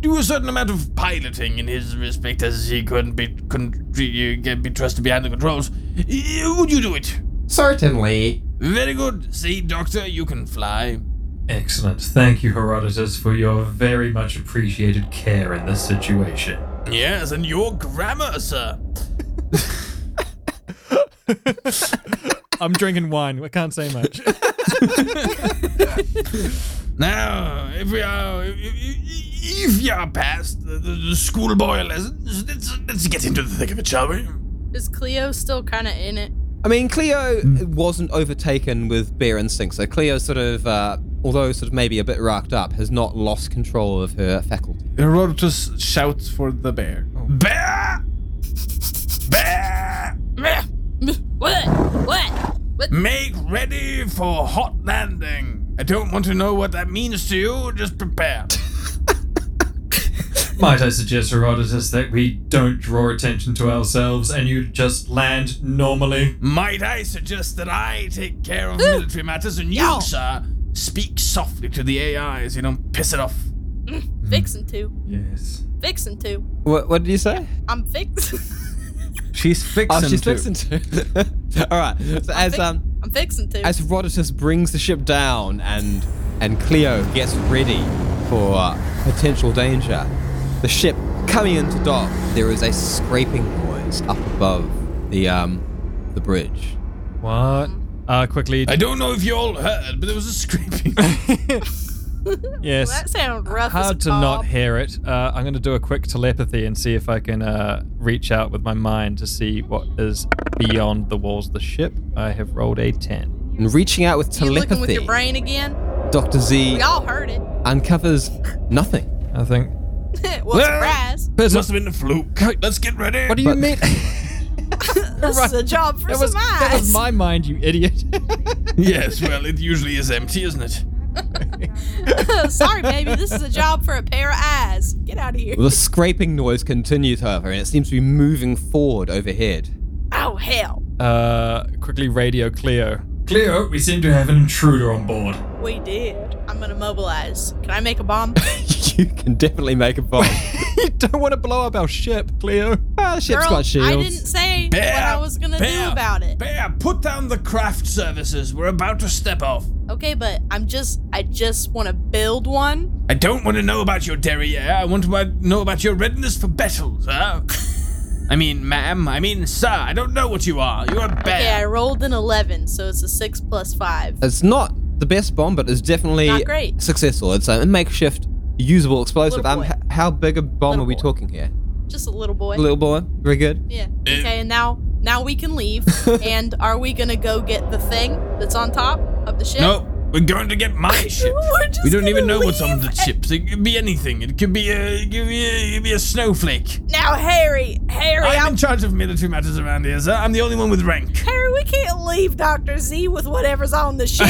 F: do a certain amount of piloting in his respect, as he couldn't be couldn't you can be trusted behind the controls, y- would you do it?
G: Certainly,
F: Very good. See, doctor, you can fly.
E: Excellent. Thank you, Herodotus, for your very much appreciated care in this situation.
F: Yes, and your grammar, sir.
C: I'm drinking wine. I can't say much. [laughs]
F: Now, if we are, if, if you are past the, the, the schoolboy lessons, let's, let's get into the thick of it, shall we?
D: Is Cleo still kind of in it?
A: I mean, Cleo wasn't overtaken with bare instinct, so Cleo sort of, uh, although sort of maybe a bit racked up, has not lost control of her faculty.
B: Herodotus shouts for the bear.
F: Bear! Bear! Meh!
D: What? What? What?
F: Make ready for hot landing. I don't want to know what that means to you.
B: [laughs]
F: Just prepare.
E: [laughs] Might I suggest, Herodotus, that we don't draw attention to ourselves and you just land normally?
F: Might I suggest that I take care of military matters and you, sir, speak softly to the AI so you don't piss it off.
D: Fixing to.
E: Yes.
D: Fixing to.
A: What, what did you say?
D: I'm fix. [laughs]
B: She's fixing
A: Oh, she's
B: to.
A: fixing to. [laughs] all right. So as
D: fix-
A: um,
D: I'm fixing to.
A: as Herodotus brings the ship down and and Cleo gets ready for potential danger, the ship coming into dock, there is a scraping noise up above the um, the bridge.
C: What? Uh, quickly.
F: I don't know if you all heard, but there was
B: [laughs]
F: a scraping.
C: yes.
D: that sound rough.
C: Hard
D: as
C: to not
D: cob.
C: hear it. Uh, I'm going to do a quick telepathy and see if I can uh, reach out with my mind to see what is beyond the walls of the ship. I have rolled a 10.
A: And reaching out with
D: You looking with
A: telepathy,
D: your brain again?
A: Dr. Z
D: We all heard it. [laughs]
A: uncovers nothing.
C: I think.
D: well, surprise.
F: Must have been a fluke. Let's get ready.
C: What do you
A: But-
C: mean? [laughs]
D: This is a job for
C: that, was,
D: some
C: that was my mind, you idiot. [laughs]
F: yes, well, it usually is empty, isn't it?
D: eyes. [laughs] Sorry, baby. This is a job for a pair of eyes. Get out of here.
A: [laughs] The scraping noise continues, however, and it seems to be moving forward overhead. [laughs]
D: Oh hell.
C: uh, quickly radio Cleo.
E: Cleo, we seem to have an intruder on board.
D: We did. I'm gonna mobilize. Can I make
C: [laughs]
D: a bomb?
A: you can definitely make a bomb.
C: you don't want to blow up our ship, Cleo.
A: ah, the ship's
D: Girl,
A: got shields.
D: I didn't say what I was gonna do about it.
F: Bear, put down the craft services. We're about to step off.
D: Okay, but I'm just I just want to build one.
F: I don't want to know about your derriere. I want to wa- know about your readiness for battle, sir. [laughs] I mean, ma'am. I mean, sir. I don't know what you are. You're a
D: Okay, I
F: bear.
C: Uh,
D: rolled an 11, so it's a 6 plus 5.
A: It's not the best bomb, but it's definitely
D: Not great.
A: successful. It's a makeshift usable explosive.
D: Little
A: Um,
D: boy.
A: h- how big a bomb
D: Little
A: are we
D: boy.
A: talking here?
D: Just a little boy.
A: Little boy, very good.
C: [laughs]
D: Yeah. Okay, and now now we can leave. and are we gonna go get the thing that's on top of the ship?
F: No, we're going to
D: [laughs]
F: get my ship.
D: We're just
F: We don't even
D: gonna
F: know what's on
D: leave
F: the
D: and-
F: chips. It could be anything. It could be a, it could be a, it could be a snowflake.
D: Now, Harry, Harry,
F: I'm
D: I'm,
F: in charge of military matters around here, sir. I'm the only one with rank.
D: Harry. We can't leave Doctor Z with whatever's on the ship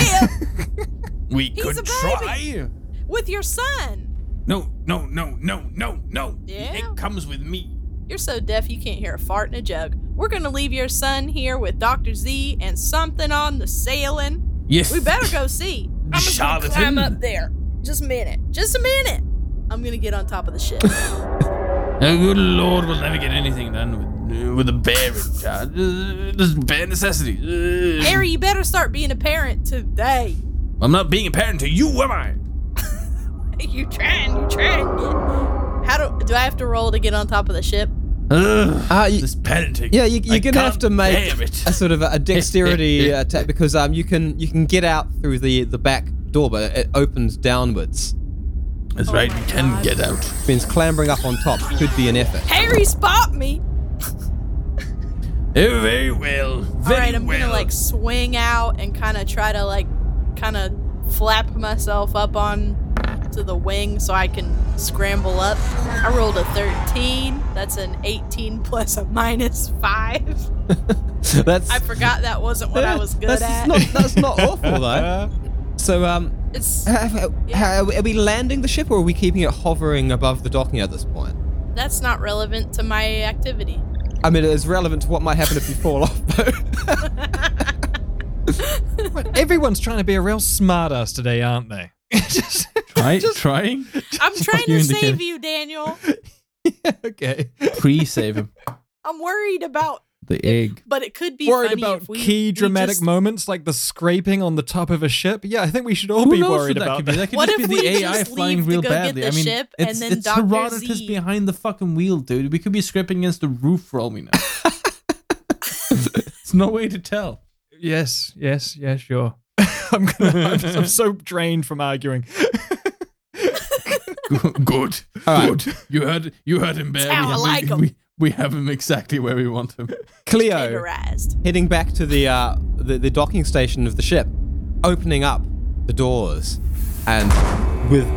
F: We
D: a
F: could
D: baby.
F: try.
D: with your son.
F: No, no, no, no, no, no.
D: Yeah.
F: It comes with me.
D: You're so deaf you can't hear a fart in a jug. We're gonna leave your son here with Doctor Z and something on the ceiling.
F: Yes.
D: We better go see. I'm just gonna
F: Charlatan.
D: climb up there. Just a minute. Just a minute. I'm gonna get on top of the ship.
F: Oh, good lord, we'll never get anything done with, uh, with a bear in charge. Uh, There's bare necessities. Uh,
D: Harry, you better start being a parent today. [laughs]
F: I'm not being a parent to you, am I?
D: You trying? You trying? How do do I have to roll to get on top of the ship?
F: Ugh,
A: Uh, y-
F: this parenting.
A: yeah, you, you're
F: I
A: gonna have
F: can't
A: to make
F: bear it.
A: a sort of a,
F: [laughs]
A: a dexterity attack because um you can you can get out through the the back door, but it opens downwards.
F: That's right, you can get out.
A: Means clambering up on top could be an
F: [laughs]
A: effort.
D: Harry, spot me!
F: Oh, very well. Very
D: All right, I'm
F: well.
D: gonna like swing out and kind of try to like kind of flap myself up on to the wing so I can scramble up. I rolled a 13. That's an 18 plus a minus five.
A: that's
D: I forgot that wasn't what I
A: [laughs]
D: was good
A: that's
D: at.
A: Not, that's not
F: [laughs]
A: awful though. So um, [laughs]
D: it's
A: Have- have- are we landing the ship or are we keeping it hovering above the docking at this point?
D: that's not relevant to my activity.
A: I mean, it's relevant to what might happen if we fall [laughs] off, though.
C: Everyone's trying to be a real smartass today, aren't they? [laughs] Just-
B: Try, trying.
D: I'm trying
B: you
D: to
B: indicated.
D: save you, Daniel.
C: okay.
B: Pre-save him.
D: I'm worried about
B: The egg.
D: But it could be
C: worried
D: funny
C: about
D: if we,
C: key
D: we
C: dramatic
D: just-
C: moments like the scraping on the top of a ship. Yeah, I think we should all
B: Who
C: be
B: knows
C: worried
B: what that
C: about
B: could
C: that. [laughs]
B: be? That could
D: What
B: just
D: if
B: be the
D: we
B: AI
D: just
B: flying
D: leave to
B: real
D: go get
B: badly.
D: the
B: I mean,
D: ship and
B: it's,
D: then
B: it's
D: Dr.
B: Herodotus
D: Z.
B: behind the fucking wheel, dude. We could be scraping against the roof for all we [laughs] know. There's no way to tell.
C: Yes, yes, yeah, sure. I'm gonna. I'm, I'm so drained from arguing.
B: Good. Good. You heard, you heard him, Bear.
D: That's how I
B: we, have
D: like
B: him,
D: 'em.
B: we, we have him exactly where we want him.
A: Cleo,
D: Tenderized.
A: heading back to the, uh, the the docking station of the ship, opening up the doors, and with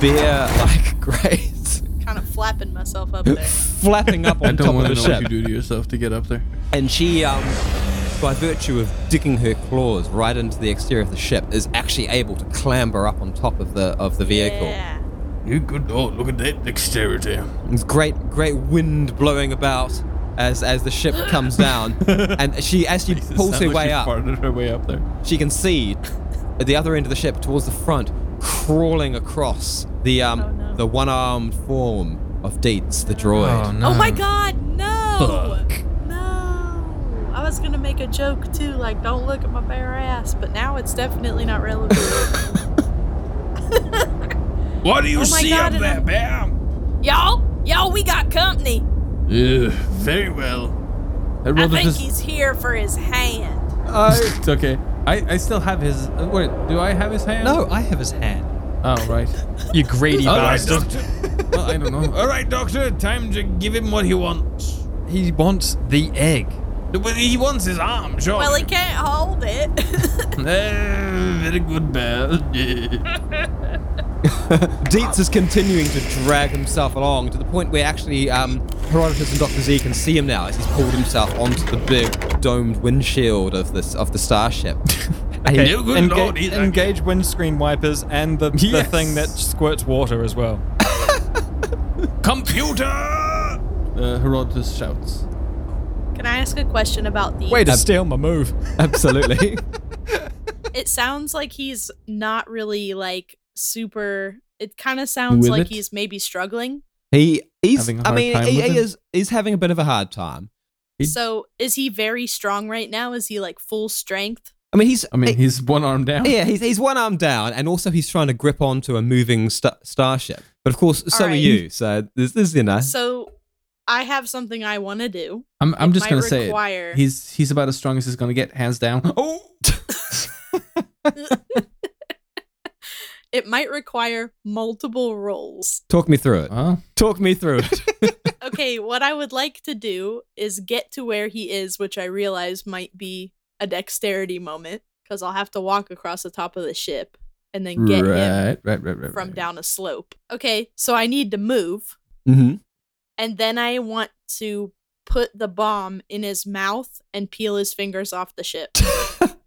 A: [laughs] bear-like grace,
D: Kind of flapping myself up there.
A: flapping
B: [laughs]
A: up on top of
B: wanna
A: the ship.
B: do to yourself to get up there.
A: And she, um, by virtue of digging her claws right into the exterior of the ship, is actually able to clamber up on top of the of the vehicle.
D: Yeah.
F: You good lord, look at that dexterity.
A: There's great great wind blowing about as as the ship comes
B: [laughs]
A: down, and she as she pulls her way up,
B: Farted her [laughs] way up there.
A: she can see at the other end of the ship towards the front, crawling across the um
D: Oh, no.
A: the one-armed form of Deets, the droid. [laughs]
D: Oh my god, no! No! I was gonna make a joke too, like don't look at my bare ass, but now it's definitely not
B: [laughs]
D: relevant.
F: What do you
D: Oh my
F: see
D: God,
F: up
D: and
F: there,
D: I'm-
F: bear?
D: y'all, y'all, we got company.
F: Ugh, very well.
D: I think
B: Herodotus.
D: he's here for his hand.
B: It's okay. I, I still have his. uh, Wait, do I have his hand?
C: Oh,
A: No, I have his hand.
B: Oh, right.
C: You greedy
F: All right,
C: bastard.
F: doctor.
B: Well, I don't know.
F: [laughs] All right, doctor. Time to give him what he wants.
C: He wants the egg.
F: Well, He wants his arm, sure.
D: Well, he can't hold it. [laughs]
F: Eh, very good, bear.
A: Deets is continuing to drag himself along to the point where actually um, Herodotus and Doctor Z can see him now as he's pulled himself onto the big domed windshield of this of the
B: [laughs]
A: starship. And he-
F: No good
C: Enga-
F: lord, he's like-
C: engage windscreen wipers and the,
B: Yes.
C: the thing that squirts water as well.
F: Computer!
B: [laughs] Uh, Herodotus shouts.
D: Can I ask a question about the
C: Way to
A: [laughs]
C: steal my move.
A: Absolutely.
D: it sounds like he's not really like super it kind of sounds
B: With
D: like
B: it?
D: he's maybe struggling
A: He he's
B: Having a
A: I
B: hard
A: mean
B: time
A: he,
B: with
A: he
B: it?
A: is he's having a bit of a hard time.
B: He-
D: so is he very strong right now is he like full strength
A: I mean he's
B: I mean,
A: he-
B: he's one arm down.
D: Oh.
A: yeah, he's, he's one arm down, and also he's trying to grip onto a moving sta- starship. But of course, so are
D: Alright.
A: you. So this, this you know.
D: so i have something i want to do
B: I'm, I'm just
D: might
B: gonna say it.
D: require
B: [laughs]
D: [laughs]
B: He's he's about as strong as he's gonna get, hands down. Oh,
D: It might require multiple rolls.
A: Talk me through it.
B: Huh?
A: Talk me through
D: [laughs]
A: it.
B: [laughs]
D: Okay, what I would like to do is get to where he is, which I realize might be a dexterity moment, because I'll have to walk across the top of the ship and then get him
A: right, right, right, right.
D: from down a slope. Okay, so I need to move,
A: Mm-hmm.
D: and then I want to put the bomb in his mouth and peel his fingers off the
B: [laughs]
D: ship.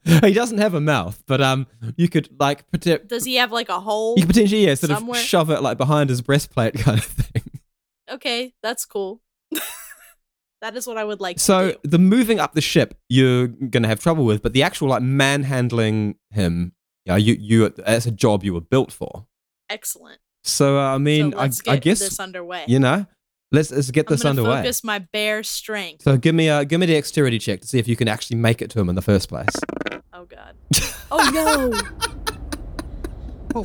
A: he doesn't have a mouth, but um, you could like put it.
D: Does he have like a hole?
A: You could potentially yeah, sort
D: Somewhere-
A: of shove it like behind his breastplate [laughs] kind of thing.
D: Okay, that's cool. that is what I would like to
A: So
D: do.
A: the moving up the ship you're gonna have trouble with, but the actual like manhandling him, yeah, you you that's a job you were built for.
D: Excellent.
A: So uh, I mean,
D: so
A: I,
D: let's
A: I
D: get
A: guess
D: this underway.
A: you know, let's let's get this
D: I'm gonna
A: underway.
D: Focus my bare strength.
A: So give me a give me a dexterity check to see if you can actually make it to him in the first place.
D: Oh
E: [laughs]
D: god. Oh no.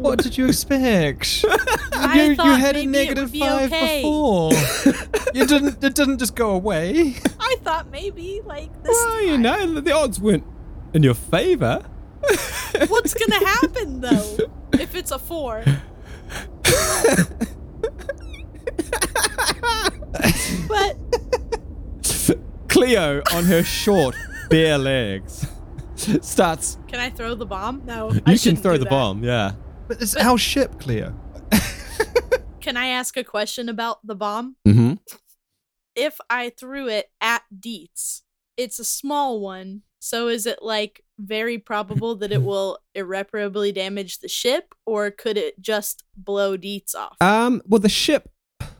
E: What did you
D: [laughs]
E: expect?
D: I
E: you, you
D: thought
E: had a
D: maybe it
E: negative
D: would be
E: five
D: okay. [laughs]
E: before. you didn't. It didn't just go away.
D: I thought maybe like this.
A: Well, you know, the odds went in your favor. [laughs]
D: What's gonna
E: [laughs]
D: happen though? If it's a four, but
A: Cleo on her short, bare legs starts.
D: can I throw the bomb? No, I
A: You can
D: shouldn't
A: throw
D: do
A: the
D: that.
A: bomb, yeah.
E: But it's our ship, Cleo.
D: Can I ask a question about the bomb?
A: Mm-hmm.
D: If I threw it at Dietz, it's a small one, so is it like very probable that
A: [laughs]
D: it will irreparably damage the ship, or could it just blow Dietz off?
A: Um. Well, the ship.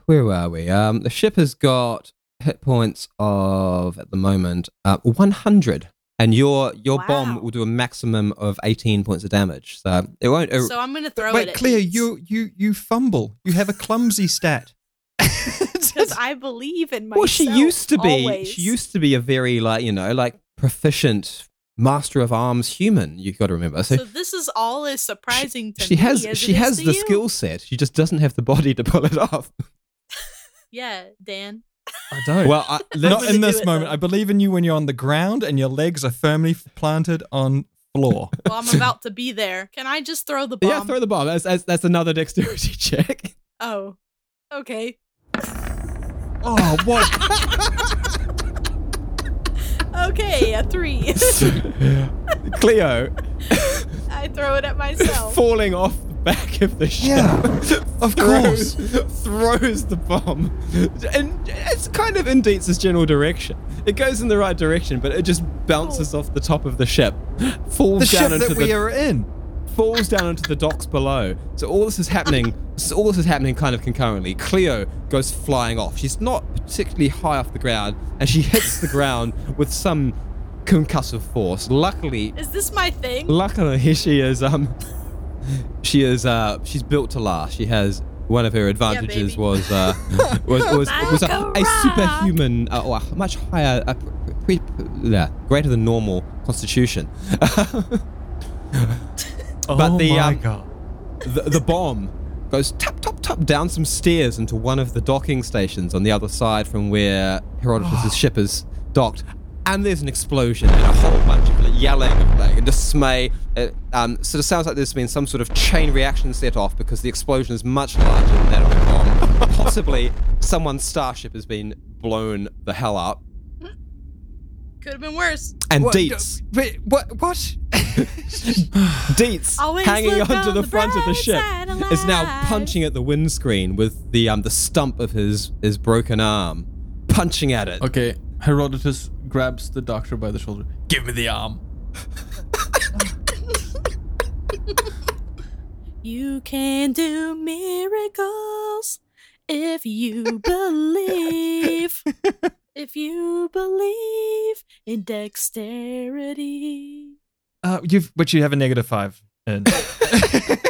A: Where were we? Um. The ship has got hit points of at the moment uh, 100, and your your
D: Wow.
A: bomb will do a maximum of 18 points of damage. So it won't. it-
D: so I'm gonna throw it.
E: Wait,
D: at
E: Cleo,
D: Dietz,
E: you you you fumble. You have a
D: [laughs]
E: clumsy stat.
D: 'cause I believe in myself.
A: well, she used to be.
D: always.
A: She used to be a very like you know like proficient master of arms human. You got to remember. So,
D: So this is all as surprising to
A: she
D: me.
A: has
D: as
A: she
D: it is
A: has
D: to
A: the
D: you.
A: skill set. She just doesn't have the body to pull it off.
D: Yeah,
A: [laughs]
D: Dan.
E: I don't.
A: Well,
D: [laughs]
A: I,
E: not
D: gonna
E: in
D: do
E: this
D: it,
E: moment.
D: though.
E: I believe in you when you're on the ground and your legs are firmly planted on
D: [laughs]
E: floor.
D: Well, I'm about to be there. Can I just throw the bomb?
A: yeah, throw the bomb. That's, that's that's another dexterity [laughs] check.
D: oh, okay.
E: oh, what?
D: Okay, a three.
A: [laughs]
D: [laughs]
A: Cleo
D: I throw it at myself.
A: falling off the back of the ship.
E: Yeah,
A: [laughs]
E: of
A: throws,
E: course.
A: throws the bomb, and it's kind of in Dietz's general direction. It goes in the right direction, but it just bounces off the top of the ship, falls
E: The ship
A: down into
E: that we
A: the
E: are in.
A: falls down into the docks below. So all this is happening. so all this is happening kind of concurrently. Cleo goes flying off. She's not particularly high off the ground, and she hits the ground with some concussive force. Luckily,
D: Is this my thing?
A: Luckily, [laughs] she is um, she is uh, she's built to last. She has one of her advantages
D: baby.
A: was uh, was was, was a, a
D: Baccarat.
A: superhuman uh, or a much higher, uh, pre, pre- uh, greater than normal constitution. [laughs]
E: oh
A: the,
E: my
A: um,
E: god.
A: the, the bomb goes tap tap tap down some stairs into one of the docking stations on the other side from where Herodotus' ship is docked. And there's an explosion and a whole bunch of like, yelling of like, dismay. It um, sort of sounds like there's been some sort of chain reaction set off because the explosion is much larger than that of the bomb. Possibly someone's starship has been blown the hell up.
D: Could have been worse.
A: And
E: What-
A: Deets,
E: Wait, what? What?
A: [laughs] Deets,
D: Always
A: hanging
D: look
A: onto
D: on
A: the
D: the
A: front of the
D: bright
A: ship,
D: side of
A: is now
D: life.
A: punching at the windscreen with the um the stump of his his broken arm, punching at it.
B: Okay, Herodotus grabs the doctor by the shoulder. Give me the arm.
D: You can do miracles if you
E: [laughs]
D: believe. if you believe in dexterity.
E: Uh, you've but you have a negative five.
A: [laughs]
E: In.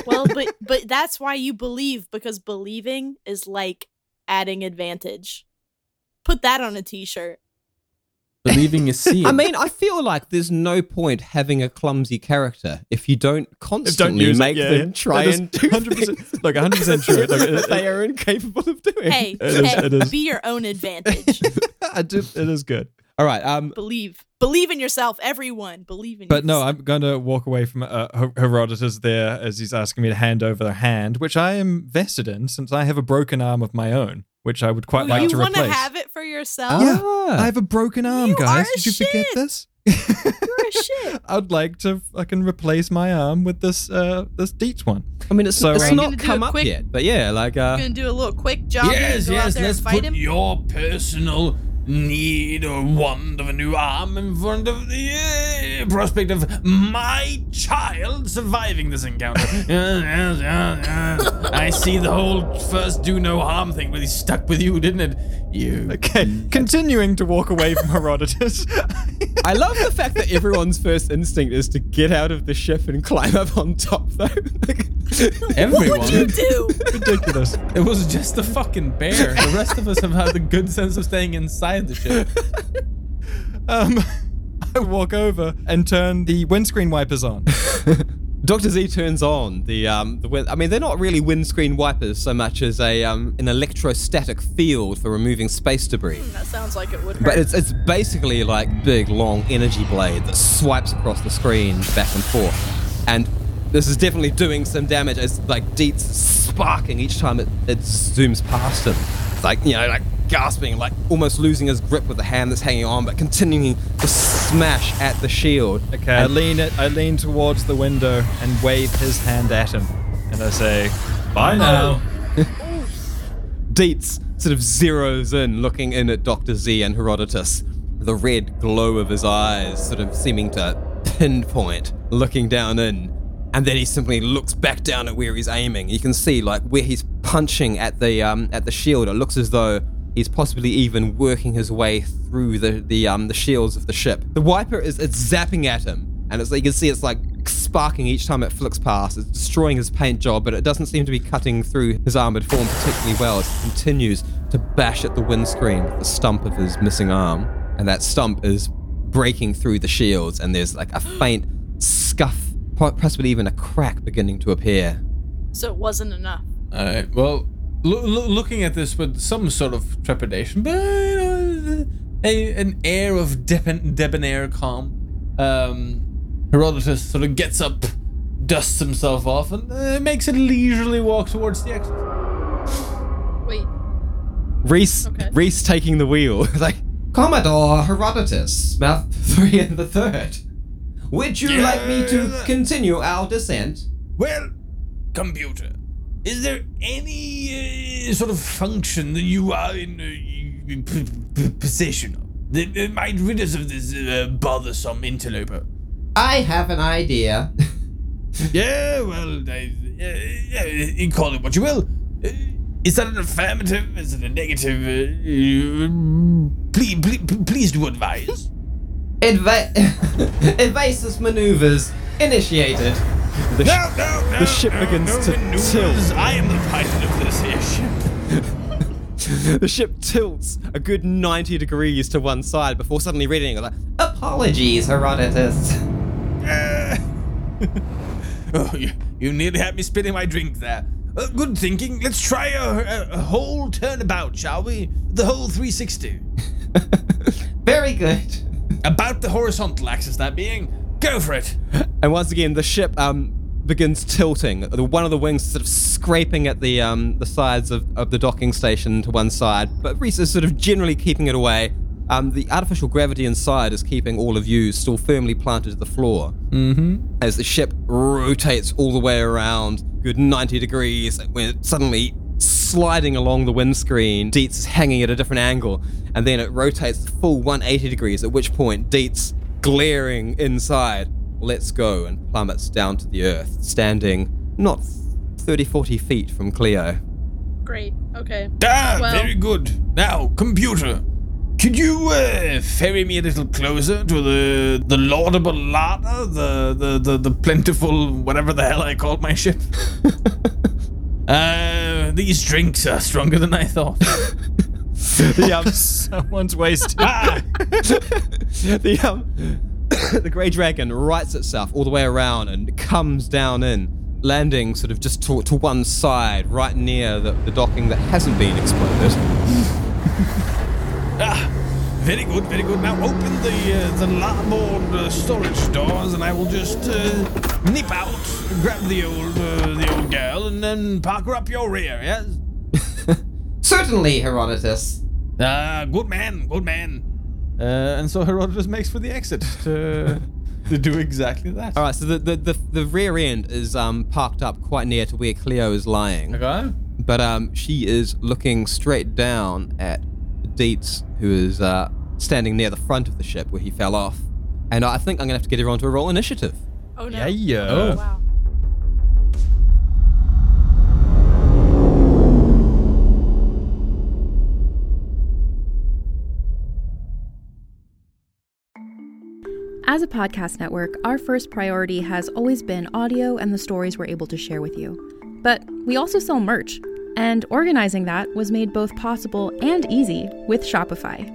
D: Well, but but that's why you believe because believing is like adding advantage. Put that on a t-shirt.
B: Believing
D: [laughs]
B: is seeing.
A: I mean, I feel like there's no point having a clumsy character if you don't constantly
E: use it,
A: make
E: yeah,
A: them
E: yeah.
A: try
E: That is
A: and do
E: 100%
A: things
E: look, 100% true. Look, it-
A: [laughs] that they are incapable of doing.
D: Hey,
E: [laughs] It is-
D: hey,
E: it is. [laughs]
D: be your own advantage.
E: I do, it is good.
A: [laughs] All right. Um,
D: Believe. Believe in yourself, everyone. Believe in
C: But no,
D: yourself.
C: I'm going to walk away from uh, Her- Herodotus there as he's asking me to hand over the hand, which I am vested in since I have a broken arm of my own, which I would quite
D: Ooh,
C: like
D: Oh, you
C: to
D: wanna
C: replace.
D: have it for yourself?
C: Yeah.
A: ah,
C: I have a broken arm,
D: You
C: guys.
D: are
C: Did you forget
D: shit.
C: this?
D: You're a Oh, shit.
C: I'd like to fucking replace my arm with this uh this Deets one.
A: I mean, it's,
C: So,
A: it's
C: um,
D: Gonna
A: not
D: do
A: come
D: it
A: up
D: quick.
A: yet, but yeah, like
D: You're
A: uh,
D: gonna do a little quick job.
F: yes,
D: go out
F: yes.
D: there
F: Let's
D: and fight
F: put
D: him.
F: your personal need or want of a new arm in front of the uh, prospect of my child surviving
B: [laughs]
F: this encounter. Yeah, yes, yeah, yeah. I see the whole first do no harm thing really stuck with you, didn't it? You.
C: Okay, continuing to walk away from Herodotus.
A: I love the fact that everyone's first instinct is to get out of the ship and climb up on top, though. [laughs] Like,
B: Everyone.
D: What'd you do?
C: Ridiculous.
B: It was just the fucking bear. The rest of us have had the good sense of staying inside the ship.
C: Um, [laughs] I walk over and turn the windscreen wipers
B: [laughs]
C: on.
A: Doctor Z turns on the um the win- I mean they're not really windscreen wipers so much as a um an electrostatic field for removing space debris.
D: That sounds like it would hurt.
A: But it's it's basically like big long energy blade that swipes across the screen back and forth. And this is definitely doing some damage as like Deets is sparking each time it, it zooms past him. It's Like, you know, like gasping, like almost losing his grip with the hand that's hanging on, but continuing to smash at the shield.
C: Okay, I lean it. I lean towards the window and wave his hand at him, and I say,
H: Bye now.
A: Dietz sort of zeroes in, looking in at Dr. Z and Herodotus, the red glow of his eyes sort of seeming to pinpoint, looking down in. And then he simply looks back down at where he's aiming. You can see like where he's punching at the um, at the shield. It looks as though he's possibly even working his way through the the um, the shields of the ship. The wiper is it's zapping at him, and it's you can see it's like sparking each time it flicks past. It's destroying his paint job, but it doesn't seem to be cutting through his armored form particularly well as it continues to bash at the windscreen with the stump of his missing arm. And that stump is breaking through the shields, and there's like a faint scuff, po- possibly even a crack beginning to appear.
D: so it wasn't enough.
B: All right. Well, loo- loo- looking at this with some sort of trepidation, but you know, a, an air of debon- debonair calm, um, Herodotus sort of gets up, dusts himself off, and uh, makes a leisurely walk towards the exit.
D: Wait,
A: Reese,
D: Okay.
A: Reese taking the wheel. [laughs] like,
I: Commodore Herodotus,
A: [laughs]
I: map three and the third. Would you like me to
F: Yeah.
I: continue our descent?
F: Well, computer, is there any uh, sort of function that you are in uh, you- p- p- possession of that uh, might rid us of this uh, bothersome interloper?
I: I have an idea.
F: Yeah, well, I, yeah, yeah, you call it what you will. Uh, Is that an affirmative? Is it a negative? Uh, please, please, please do advise.
I: Adva- [laughs] Invasive maneuvers initiated.
F: no, no, no. The
A: ship begins to tilt.
F: I am the pilot of this here ship.
A: the ship tilts a good 90 degrees to one side before suddenly reading it. Like,
I: Apologies, Herodotus.
F: Uh, [laughs] oh, you, you nearly had me spitting my drink there. Uh, good thinking. Let's try a, a, a whole turnabout, shall we? The whole 360.
I: Very good.
F: About the horizontal axis,
I: [laughs]
F: that being. Go for it.
A: And once again, the ship um, begins tilting. The, one of the wings sort of scraping at the um, the sides of, of the docking station to one side, but Reese is sort of generally keeping it away. Um, the artificial gravity inside is keeping all of you still firmly planted to the floor. Mm-hmm. As the ship rotates all the way around, good 90 degrees, when it suddenly sliding along the windscreen, Dietz is hanging at a different angle, and then it rotates the full 180 degrees, at which point Dietz, glaring inside, lets go and plummets down to the earth, standing not 30, 40 feet from Cleo.
D: great. Okay.
F: Ah,
D: Well-
F: very good. Now, computer, could you uh, ferry me a little closer to the the laudable larder, the the the, the plentiful whatever the hell I called my ship? [laughs] uh, these drinks are stronger than I thought. [laughs]
C: The um, someone's
B: [laughs]
C: wasted.
F: ah,
A: [laughs] the um, [coughs] the grey dragon rights itself all the way around and comes down in, landing sort of just to, to one side, right near the, the docking that hasn't been exploded.
F: Ah, Very good, very good. Now open the uh, the larboard uh, storage doors, and I will just uh, nip out, grab the old uh, the old girl, and then park her up your rear. Yes.
J: Certainly, Herodotus.
F: Ah, good man, good man.
B: Uh, and so Herodotus makes for the exit to, [laughs] to do exactly that.
A: All right, so the, the, the, the rear end is um, parked up quite near to where Cleo is lying.
B: Okay.
A: But um, she is looking straight down at Dietz, who is uh, standing near the front of the ship where he fell off. And I think I'm going to have to get everyone to a roll initiative.
D: Oh no.
C: Yeah, yeah.
D: Oh, wow.
K: As a podcast network, our first priority has always been audio and the stories we're able to share with you. But we also sell merch, and organizing that was made both possible and easy with Shopify.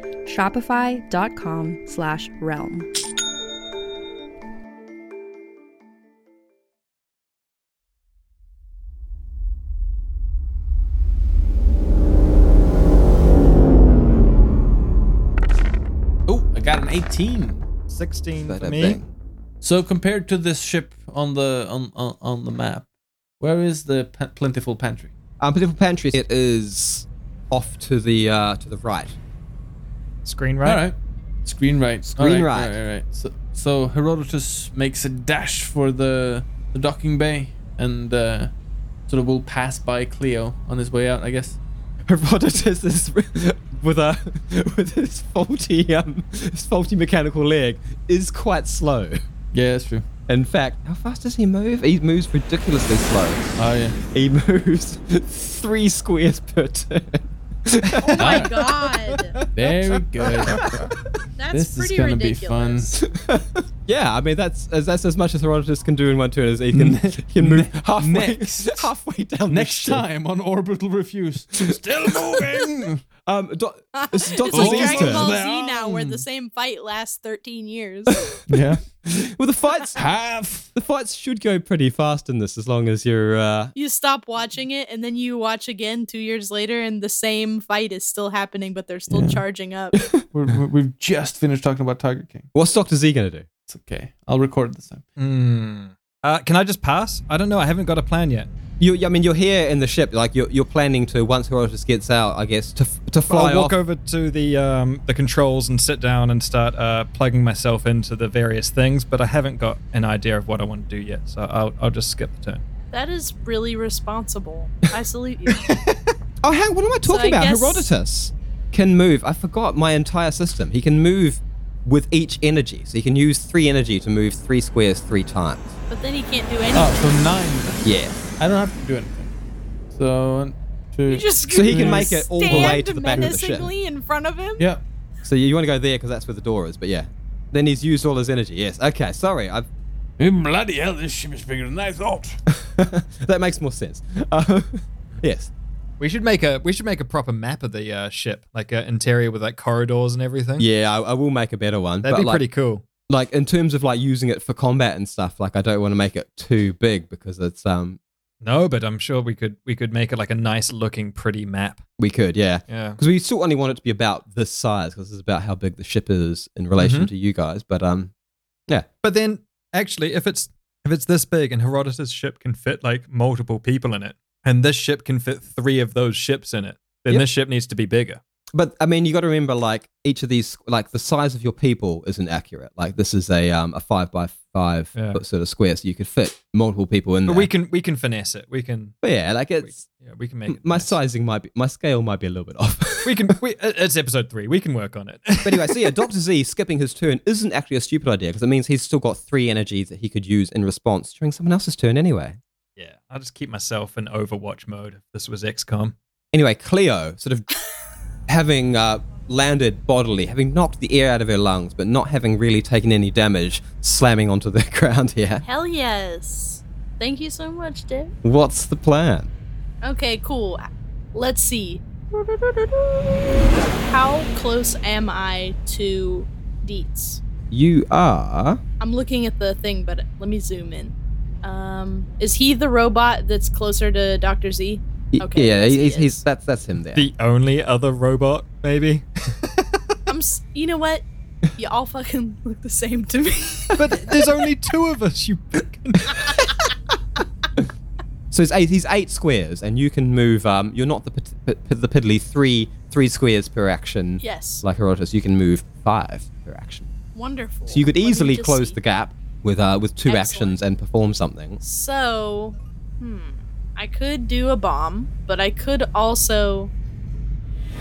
K: Shopify.com slash realm.
B: Oh, I got an 18.
C: 16
A: That
C: for
A: a
C: me.
A: bang.
B: So compared to this ship on the on on, on the map, where is the pa- plentiful pantry?
A: Um, Plentiful Pantry, it is off to the uh, to the right. [laughs]
C: Screen right.
B: All right. Screen right.
A: Screen
B: all
A: right.
B: All right, all right. So, so Herodotus makes a dash for the, the docking bay and uh, sort of will pass by Cleo on his way out, I guess.
A: Herodotus is [laughs] with a [laughs] with his faulty um his faulty mechanical leg is quite slow.
B: Yeah, that's true.
A: In fact, how fast does he move? He moves ridiculously slow.
B: Oh, yeah.
A: He [laughs] moves three squares per turn. [laughs]
D: Oh my god.
B: Very [laughs] good.
D: That's
B: this is
D: pretty
B: going to be fun.
D: ridiculous.
A: Yeah, I mean that's that's as much as Herodotus can do in one turn as he
B: [laughs]
A: can he can move halfway
B: next.
A: [laughs] halfway down. the
B: Next
A: ship.
B: time on Orbital Refuse. Still
F: [laughs]
B: moving!
A: um,
B: [laughs]
A: do- it's Doctor
D: It's like
A: Z's
D: Dragon
A: turn.
D: Ball
B: They're
D: Z now, where the
B: on.
D: same fight lasts 13 years.
B: [laughs]
D: [laughs]
B: yeah.
A: Well, the fights
B: Half.
A: the fights should go pretty fast in this as long as you're. Uh,
D: you stop watching it, and then you watch again two years later, and the same fight is still happening, but they're still charging
B: [laughs]
D: up.
B: We're, we're- we've just finished talking about Tiger King.
A: what's Doctor Z gonna do?
B: It's okay. I'll record this time.
C: Hmm. Uh, can I just pass? I don't know. I haven't got a plan yet.
A: You, I mean, you're here in the ship. Like you're, you're planning to once Herodotus gets out, I guess, to f- to
C: But
A: fly
C: I'll walk
A: off.
C: over to the um, the controls and sit down and start uh, plugging myself into the various things. But I haven't got an idea of what I want to do yet, so I'll, I'll just skip the turn.
D: that is really responsible. I salute you.
A: Oh, hang! What am I talking
D: I
A: about?
D: guess-
A: Herodotus can move. I forgot my entire system. He can move with each energy, so he can use three energy to move three squares three times.
D: But then he can't do anything. [laughs]
B: Oh, so nine.
A: Yeah.
B: I don't have to do anything. So, one, two.
D: You just
A: So he can make it all the way
D: stand
A: to the back of the ship.
D: menacingly in front of him.
B: yeah.
A: So you want to go there because that's where the door is. But yeah, then he's used all his energy. Yes. Okay. Sorry. I.
F: Bloody hell, this ship is bigger than I thought.
A: that makes more sense. [laughs] Uh, yes.
C: We should make a we should make a proper map of the uh, ship, like an interior with like corridors and everything.
A: Yeah, I, I will make a better one.
C: that'd
A: but
C: be
A: like,
C: pretty cool.
A: like in terms of like using it for combat and stuff. Like I don't want to make it too big because it's um
C: No, but I'm sure we could we could make it like a nice looking, pretty map.
A: We could, yeah.
C: Yeah.
A: Because we still only want it to be about this size, because this is about how big the ship is in relation
C: Mm-hmm.
A: to you guys. But um,
C: But then actually if it's if it's this big and Herodotus' ship can fit like multiple people in it, and this ship can fit three of those ships in it, then
A: Yep.
C: this ship needs to be bigger.
A: but I mean, you got to remember, like each of these, like the size of your people isn't accurate. Like this is a um a five by five
C: Yeah.
A: foot sort of square, so you could fit multiple people in
C: But
A: there.
C: we can we can finesse it. We can
A: but yeah, like
C: we,
A: it's
C: yeah, we can make it
A: my
C: nice.
A: sizing might be my scale might be a little bit off. [laughs]
C: We can we it- it's episode three. We can work on it.
A: But anyway, so yeah, Dr. Z skipping his turn isn't actually a stupid idea because it means he's still got three energies that he could use in response during someone else's turn anyway.
C: yeah. I'll just keep myself in Overwatch mode if this was XCOM.
A: Anyway, Cleo, sort of having uh, landed bodily, having knocked the air out of her lungs, but not having really taken any damage, slamming onto the [laughs] ground here.
D: Hell yes. Thank you so much, Dick.
A: What's the plan?
D: Okay, cool. Let's see. How close am I to Deets?
A: You are.
D: I'm looking at the thing, but let me zoom in. Um, is he the robot that's closer to Doctor Z?
A: y-
D: Okay,
A: yeah,
D: yes, he
A: he's, he's
D: is.
A: that's that's him there.
C: The only other robot, maybe.
D: I'm. S- you know
A: [laughs]
D: what? You all fucking look the same to me.
C: but there's only two of us. You.
A: [laughs] So he's eight, he's eight squares, and you can move. Um, you're not the pit, pit, the piddly three three squares per action.
D: yes.
A: Like Herodotus, you can move five per action.
D: Wonderful.
A: So you could
D: Let me
A: easily
D: just
A: close
D: see.
A: the gap with uh, with two
D: Excellent.
A: actions and perform something.
D: So, hmm, I could do a bomb, but I could also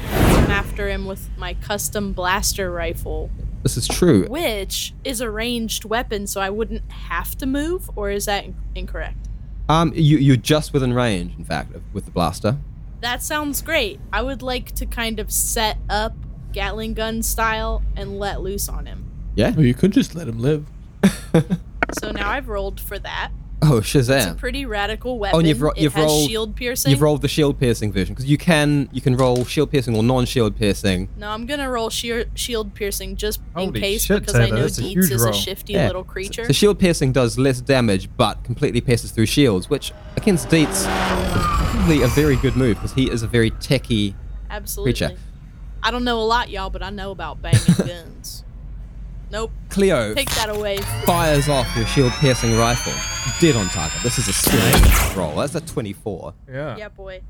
D: come after him with my custom blaster rifle,
A: This is true.
D: which is a ranged weapon, so I wouldn't have to move. Or is that in- incorrect?
A: Um, you you're just within range, in fact, of- with the blaster.
D: That sounds great. I would like to kind of set up Gatling gun style and let loose on him.
A: Yeah.
B: Or you could just let him live.
D: So now I've rolled for that.
A: Oh
D: It's a
A: Shazam!
D: pretty radical weapon.
A: Oh, you've ro-
D: it
A: you've
D: has
A: rolled-
D: shield piercing.
A: You've rolled the shield piercing version because you can you can roll shield piercing or non-shield piercing.
D: No, I'm gonna roll sheer, shield piercing just in
C: Holy
D: case
C: shit,
D: because I
C: Taylor,
D: know
C: that's a
D: Deets
C: huge
D: is a
C: roll.
D: shifty
A: Yeah.
D: little
A: So-
D: creature.
A: So shield piercing does less damage, but completely pierces through shields, which against Deets is probably a very good move because he is a very techie.
D: Absolutely.
A: creature.
D: I don't know a lot, y'all, but I know
A: [laughs]
D: about banging guns. Nope.
A: Cleo
D: Take that away.
A: fires off your shield piercing rifle, dead on target. This is a straight roll. That's a twenty-four.
C: Yeah.
D: Yeah, boy.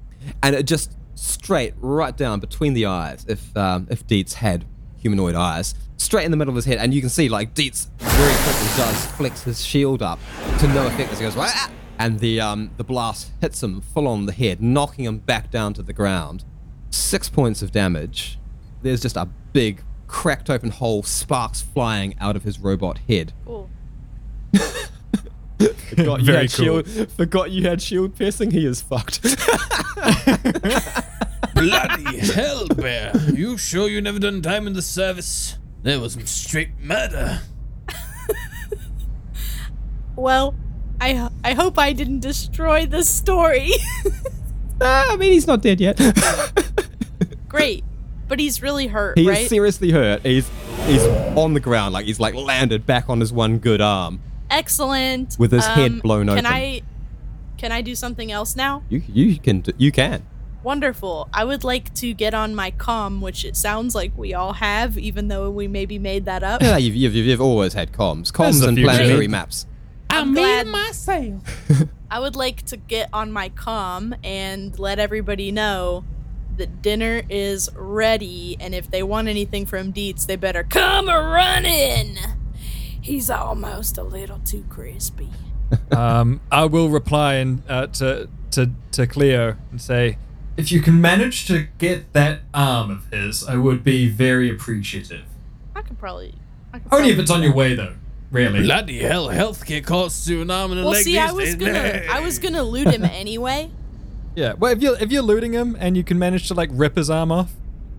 A: and it just straight right down between the eyes. If um, if Deets had humanoid eyes, straight in the middle of his head, and you can see like Deets very quickly does flex his shield up to no effect as he goes "Wah!" and the um, the blast hits him full on the head, knocking him back down to the ground. Six points of damage. There's just a big cracked open hole, sparks flying out of his robot head.
D: Cool.
A: [laughs] Forgot you
C: Very
A: had
C: cool.
A: shield. Forgot you had shield piercing. He is fucked.
F: Bloody hell, Bear. You sure you never done time in the service? There was some straight murder.
D: Well, I I hope I didn't destroy the story.
A: [laughs]
D: [laughs]
A: Ah, I mean, he's not [laughs] dead yet.
D: Great. But he's really hurt,
A: He
D: right?
A: is seriously hurt. He's he's on the ground, like he's like landed back on his one good arm.
D: Excellent.
A: With his head
D: Um,
A: blown
D: can
A: open.
D: I can I do something else now?
A: You you can d- you can.
D: Wonderful. I would like to get on my comm, which it sounds like we all have, even though we maybe made
A: [laughs]
D: that up.
A: Yeah, you've, you've, you've always had comms, comms
C: the
A: and
C: future.
A: planetary maps.
D: I'm glad myself. I would like to get on my comm and let everybody know that dinner is ready, and if they want anything from Deets, they better come a running. He's almost a little too crispy.
C: Um, I will reply and uh, to to to Cleo and say,
L: If you can manage to get that arm of his, I would be very appreciative.
D: I could probably. I could
L: Only if
D: probably
L: it's on your way, though. Really.
F: Bloody hell, healthcare costs you an arm and a
D: Well,
F: leg
D: see,
F: these
D: I was
F: days. [laughs]
D: gonna, I was gonna loot him anyway,
C: yeah. Well, if you if you're looting him and you can manage to like rip his arm off,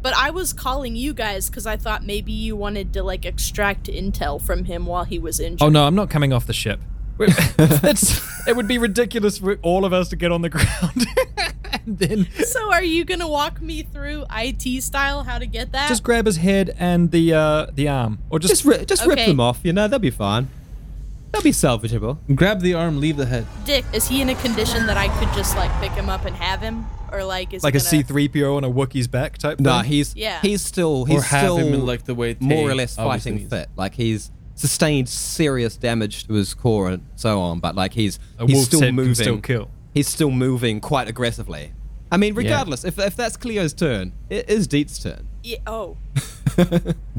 D: but I was calling you guys because I thought maybe you wanted to like extract intel from him while he was injured.
C: Oh no, I'm not coming off the ship. [laughs] We're- it's it would be ridiculous for all of us to get on the [laughs] ground and then
D: So, are you gonna walk me through IT style how to get that?
C: just grab his head and the uh the arm or just, [laughs]
A: Just ri- just rip
D: Okay.
A: them off, you know they'll be fine. They'll be salvageable.
B: Grab the arm, leave the head.
D: Dick, is he in a condition that I could just like pick him up and have him, or like is
C: Like
D: he
C: a
D: gonna-
C: C3PO on a Wookiee's back type
A: Nah,
C: thing?
A: he's
D: Yeah.
A: he's still he's
B: or have
A: still
B: him in like the way Tay
A: more or less
B: obviously
A: fighting
B: is.
A: fit. Like he's sustained serious damage to his core and so on, but like he's
C: A
A: he's
C: wolf's head
A: still
C: can
A: moving.
C: still kill.
A: He's still moving quite aggressively. I mean, regardless, if, if that's Cleo's turn, it is Deet's turn.
D: Yeah, oh,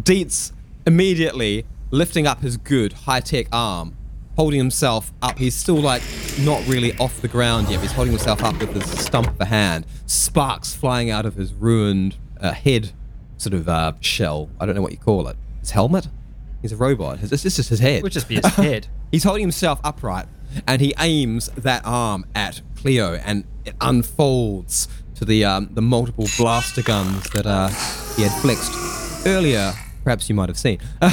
A: Dietz immediately lifting up his good high tech arm, holding himself up. He's still like not really off the ground yet. but He's holding himself up with his stump of a hand. Sparks flying out of his ruined uh, head, sort of uh, shell. I don't know what you call it. His helmet. He's a robot. His- It's, it's just his head.
C: Would just [laughs] be his head.
A: He's holding himself upright and he aims that arm at Cleo and it unfolds to the um, the multiple blaster guns that uh, he had flexed earlier. Perhaps you might have seen. [laughs]
D: I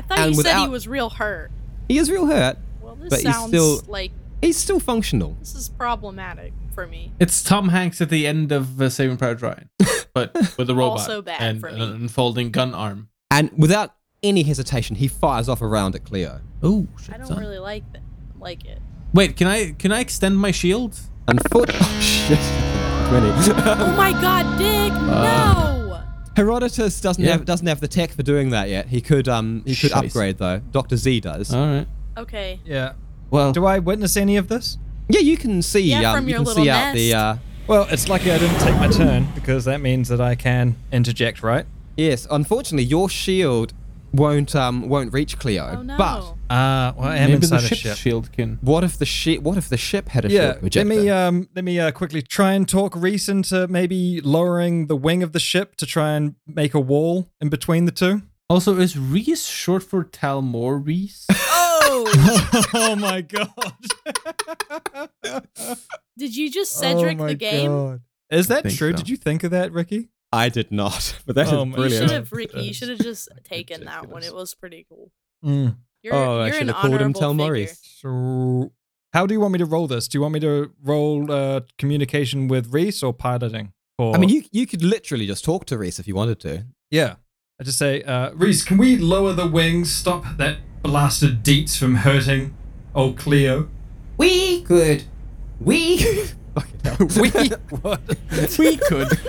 D: thought
A: And
D: you said
A: without-
D: he was real hurt.
A: he is real hurt,
D: Well, this
A: but he's
D: sounds
A: still
D: like
A: he's still functional.
D: this is problematic for me.
B: It's Tom Hanks at the end of uh, Saving Private Ryan,
D: [laughs]
B: but with a robot
D: Also bad
B: and
D: for
B: an
D: me.
B: unfolding gun arm.
A: And without any hesitation, he fires off a round at Cleo.
B: Oh,
D: I don't really like that. Like it.
B: Wait, can I can I extend my shield?
A: Unfortunately, [laughs] oh, shit, twenty.
D: Oh my God, Dick!
A: Uh.
D: no.
A: Herodotus doesn't
B: Yeah.
A: have doesn't have the tech for doing that yet. He could um he could
B: Scheiße.
A: upgrade though. Doctor Z does.
B: All right.
D: Okay.
C: yeah.
B: Well,
C: Do I witness any of this?
A: Yeah, you can see.
D: Yeah,
A: um,
D: from
A: you
D: your
A: can see
D: little
A: out the.
D: nest.
A: Uh,
C: Well, it's lucky I didn't take my turn because that means that I can interject, right?
A: yes, unfortunately, your shield won't um won't reach Cleo.
D: Oh no.
A: But
C: Uh, well, I am
B: maybe
C: inside
B: the
C: a
B: ship,
C: ship.
B: shield can.
A: what if the ship? What if the ship had a
C: Yeah,
A: shield
C: let
A: projector?
C: me um, let me uh, quickly try and talk Reese into maybe lowering the wing of the ship to try and make a wall in between the two.
B: Also, is Reese short for Talmor Reese?
A: [laughs]
D: oh,
C: [laughs] oh my god!
D: did you just Cedric
A: Oh
D: the game?
C: Oh Is that
B: think
C: true?
B: so.
C: Did you think of that, Ricky?
A: I did not, [laughs] but that is Uh,
C: Oh my
D: Um, You
C: Brilliant.
D: should have, Ricky. You should have just taken that one. It was pretty cool.
C: Hmm.
D: You're,
A: Oh,
D: you're an honorable figure.
C: So, how do you want me to roll this? Do you want me to roll uh, communication with Reese or piloting? Or
A: I mean, you you could literally just talk to Reese if you wanted to.
C: yeah, I just say uh, Reese.
E: Reese, can we lower the wings? Stop that blasted Deets from hurting old Cleo.
G: We could. We. [laughs]
C: we what?
B: [laughs] we could.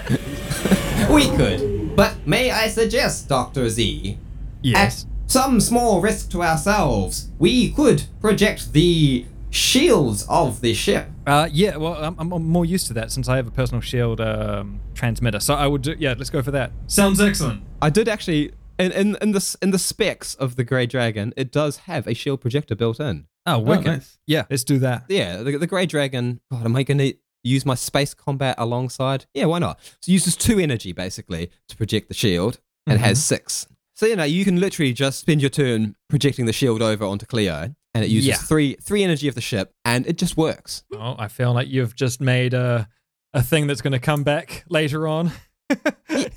G: we could. But may I suggest, Dr. Z,
C: Yes.
G: at some small risk to ourselves, we could project the shields of the ship.
C: Uh, yeah, well, I'm, I'm- I'm more used to that since I have a personal shield um, transmitter. So I would do, yeah, let's go for that.
E: Sounds excellent.
A: I did actually. In, in, in the s- in the specs of the Grey Dragon, it does have a shield projector built in.
C: Oh, wicked.
B: nice.
C: Yeah, let's do that.
A: Yeah, the, the Grey Dragon. God, am I going to use my space combat alongside? Yeah, why not? So it uses two energy basically to project the shield, and it
C: Mm-hmm.
A: has six. So you know you can literally just spend your turn projecting the shield over onto Cleo, and it uses
C: Yeah.
A: three three energy of the ship, and it just
C: [laughs]
A: works.
C: Oh, I feel like you've just made a, a thing that's going to come back later on.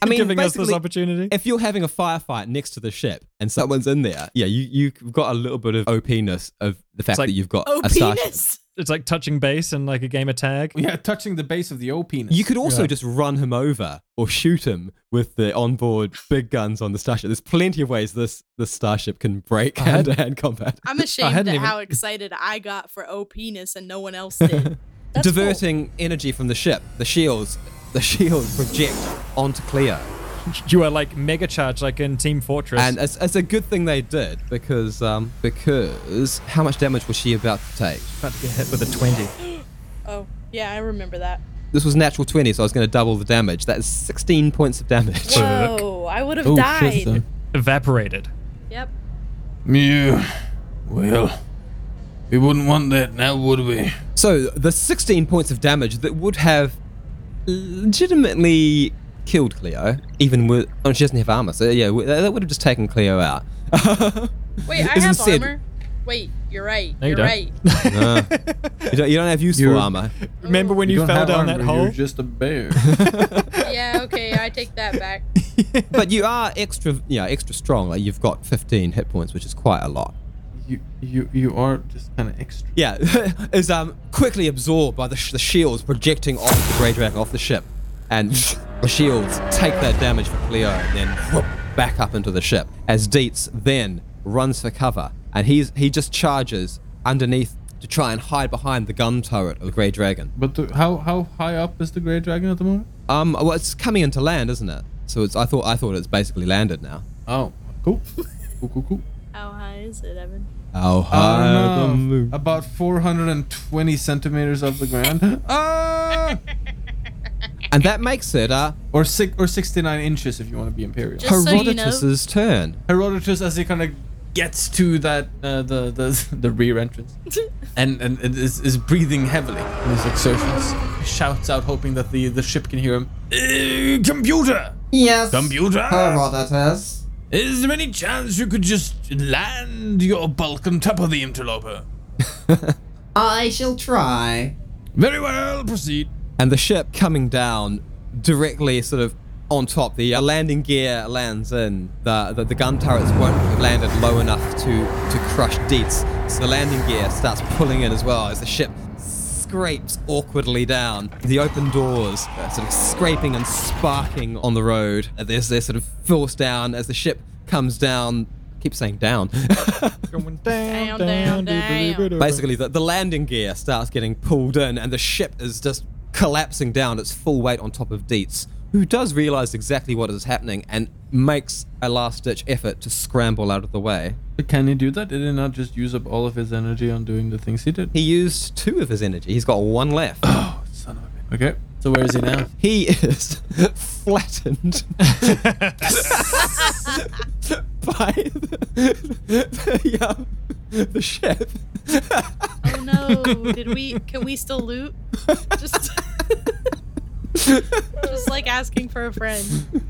C: I
A: mean,
C: giving us this
A: basically,
C: opportunity.
A: If you're having a firefight next to the ship and someone's in there, yeah, you you've got a little bit of OPness of the fact
C: like,
A: that you've got
D: Oh,
A: a starship.
D: penis!
C: It's like touching base and like a game of tag.
B: [laughs] Yeah, touching the base of the O penis.
A: You could also
C: Yeah.
A: just run him over or shoot him with the onboard big guns on the starship. There's plenty of ways this this starship can break hand to hand combat. [laughs]
D: [laughs] I'm ashamed
C: hadn't
D: at
C: even-
D: how excited I got for O penis and no one else [laughs] did. That's
A: Diverting energy from the ship, the shields, the shields project onto Cleo,
C: You are like mega charged, like in Team Fortress.
A: and it's, it's a good thing they did because um, because how much damage was she about to take?
C: about to get hit with a 20.
D: Cool. Oh, yeah, I remember that.
A: This was natural twenty, so I was going to double the damage. That is sixteen points of damage.
D: Whoa, I would
C: Oh,
D: have
B: Oh,
D: died.
C: Evaporated.
D: Yep.
F: Yeah. Well, we wouldn't want that now, would we?
A: So the 16 points of damage that would have legitimately killed Cleo, even with oh she doesn't have armor, so yeah, w- that would have just taken Cleo out.
D: Wait, I
A: Isn't
D: have
A: Sid-
D: armor. Wait, you're right.
C: No, you
D: you're
C: don't. [laughs]
D: right.
A: You don't, you don't have useful
B: You're-
A: armor.
C: Remember when you,
B: don't
C: fell
B: have
C: down that
B: armor,
C: hole?
B: You're just a [laughs] bear.
D: yeah, okay, I take that
C: [laughs]
D: back.
A: But you are extra, yeah, extra strong. Like you've got 15 hit points, which is quite a lot.
B: you you you are just kind of extra.
A: Yeah, [laughs] is um quickly absorbed by the, sh- the shields projecting off the Grey Dragon off the ship, and [laughs] the shields take that damage from Cleo, and then whoop, back up into the ship as Dietz then runs for cover and he's he just charges underneath to try and hide behind the gun turret of the Grey Dragon.
B: But the, how how high up is the Grey Dragon at the moment?
A: Um, well, it's coming into land, isn't it? So it's I thought I thought it's basically landed now.
B: Oh, cool. cool, cool, cool.
D: How high is it, Evan?
A: Oh,
B: [laughs] I don't know. About 420 centimeters off the ground. [laughs] ah!
A: and that makes it uh,
B: Or, six, or 69 inches if you want to be imperial.
D: Just so you know-
A: Herodotus's turn.
B: Herodotus as he kind of gets to that uh, the, the [laughs] the rear entrance and and and is, is breathing heavily in his exertions shouts out hoping that the the ship can hear him
F: Uh, computer!
G: Yes.
F: Computer!
G: Herodotus.
F: Is there any chance you could just land your bulk on top of the interloper?
G: I shall try.
F: Very well, proceed.
A: and the ship coming down directly sort of on top the uh, landing gear lands in the, the the gun turrets won't have landed low enough to to crush deets so the landing gear starts pulling in as well as the ship scrapes awkwardly down the open doors uh, sort of scraping and sparking on the road as they're, they're sort of forced down as the ship comes down keep saying down [laughs]
C: Going down,
D: Down, down, down.
A: Basically, the, the landing gear starts getting pulled in, and the ship is just collapsing down its full weight on top of Dietz, who does realize exactly what is happening and makes a last ditch effort to scramble out of the way.
B: but can he do that did he not just use up all of his energy on doing the things he did
A: He used two of his energy, he's got one left.
B: son of a bitch. okay so where is he now
A: he is [laughs] flattened by the, the, um, the ship.
D: Oh [laughs] no! Did
A: [laughs]
D: we? Can we still [laughs] loot? Just, just like asking for a friend.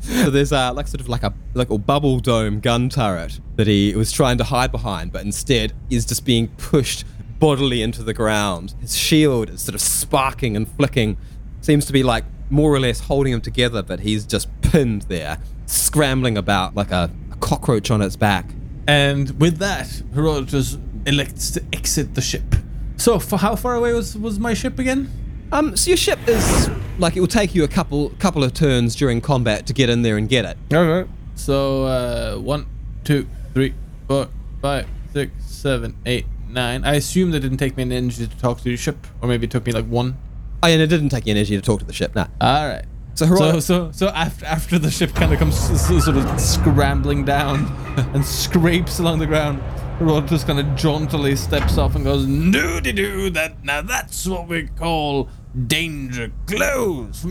A: So there's uh, like sort of like a like a bubble dome gun turret that he was trying to hide behind, but instead is just being pushed bodily into the ground. His shield is sort of sparking and flicking, seems to be like more or less holding him together, but he's just pinned there, scrambling about like a, a cockroach on its back.
B: and with that herodotus elects to exit the ship so for how far away was was my ship again
A: Um, so your ship is like it will take you a couple couple of turns during combat to get in there and get it.
B: Okay. So uh, one, two, three, four, five, six, seven, eight, nine. I assume that didn't take me an energy to talk to the ship, or maybe it took me like one.
A: Oh, and it didn't take you energy to talk to the ship. Nah.
B: All right.
A: Uh, So Herod-
B: So so so after after the ship kind of comes s- s- sort of scrambling down [laughs] and scrapes along the ground, Herodotus kind of jauntily steps off and goes, "No,
F: Doo doo that now that's what we call danger
B: [laughs]
F: close.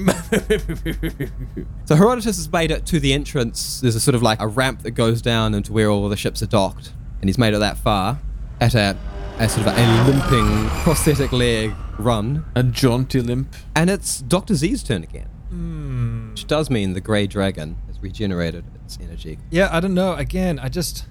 A: So Herodotus has made it to the entrance. There's a sort of like a ramp that goes down into where all the ships are docked, and he's made it that far at a, a sort of a limping prosthetic leg run.
B: a jaunty limp."
A: And it's Doctor Z's turn again,
C: Hmm.
A: which does mean the Grey Dragon has regenerated its energy.
C: Yeah, I don't know. Again, I just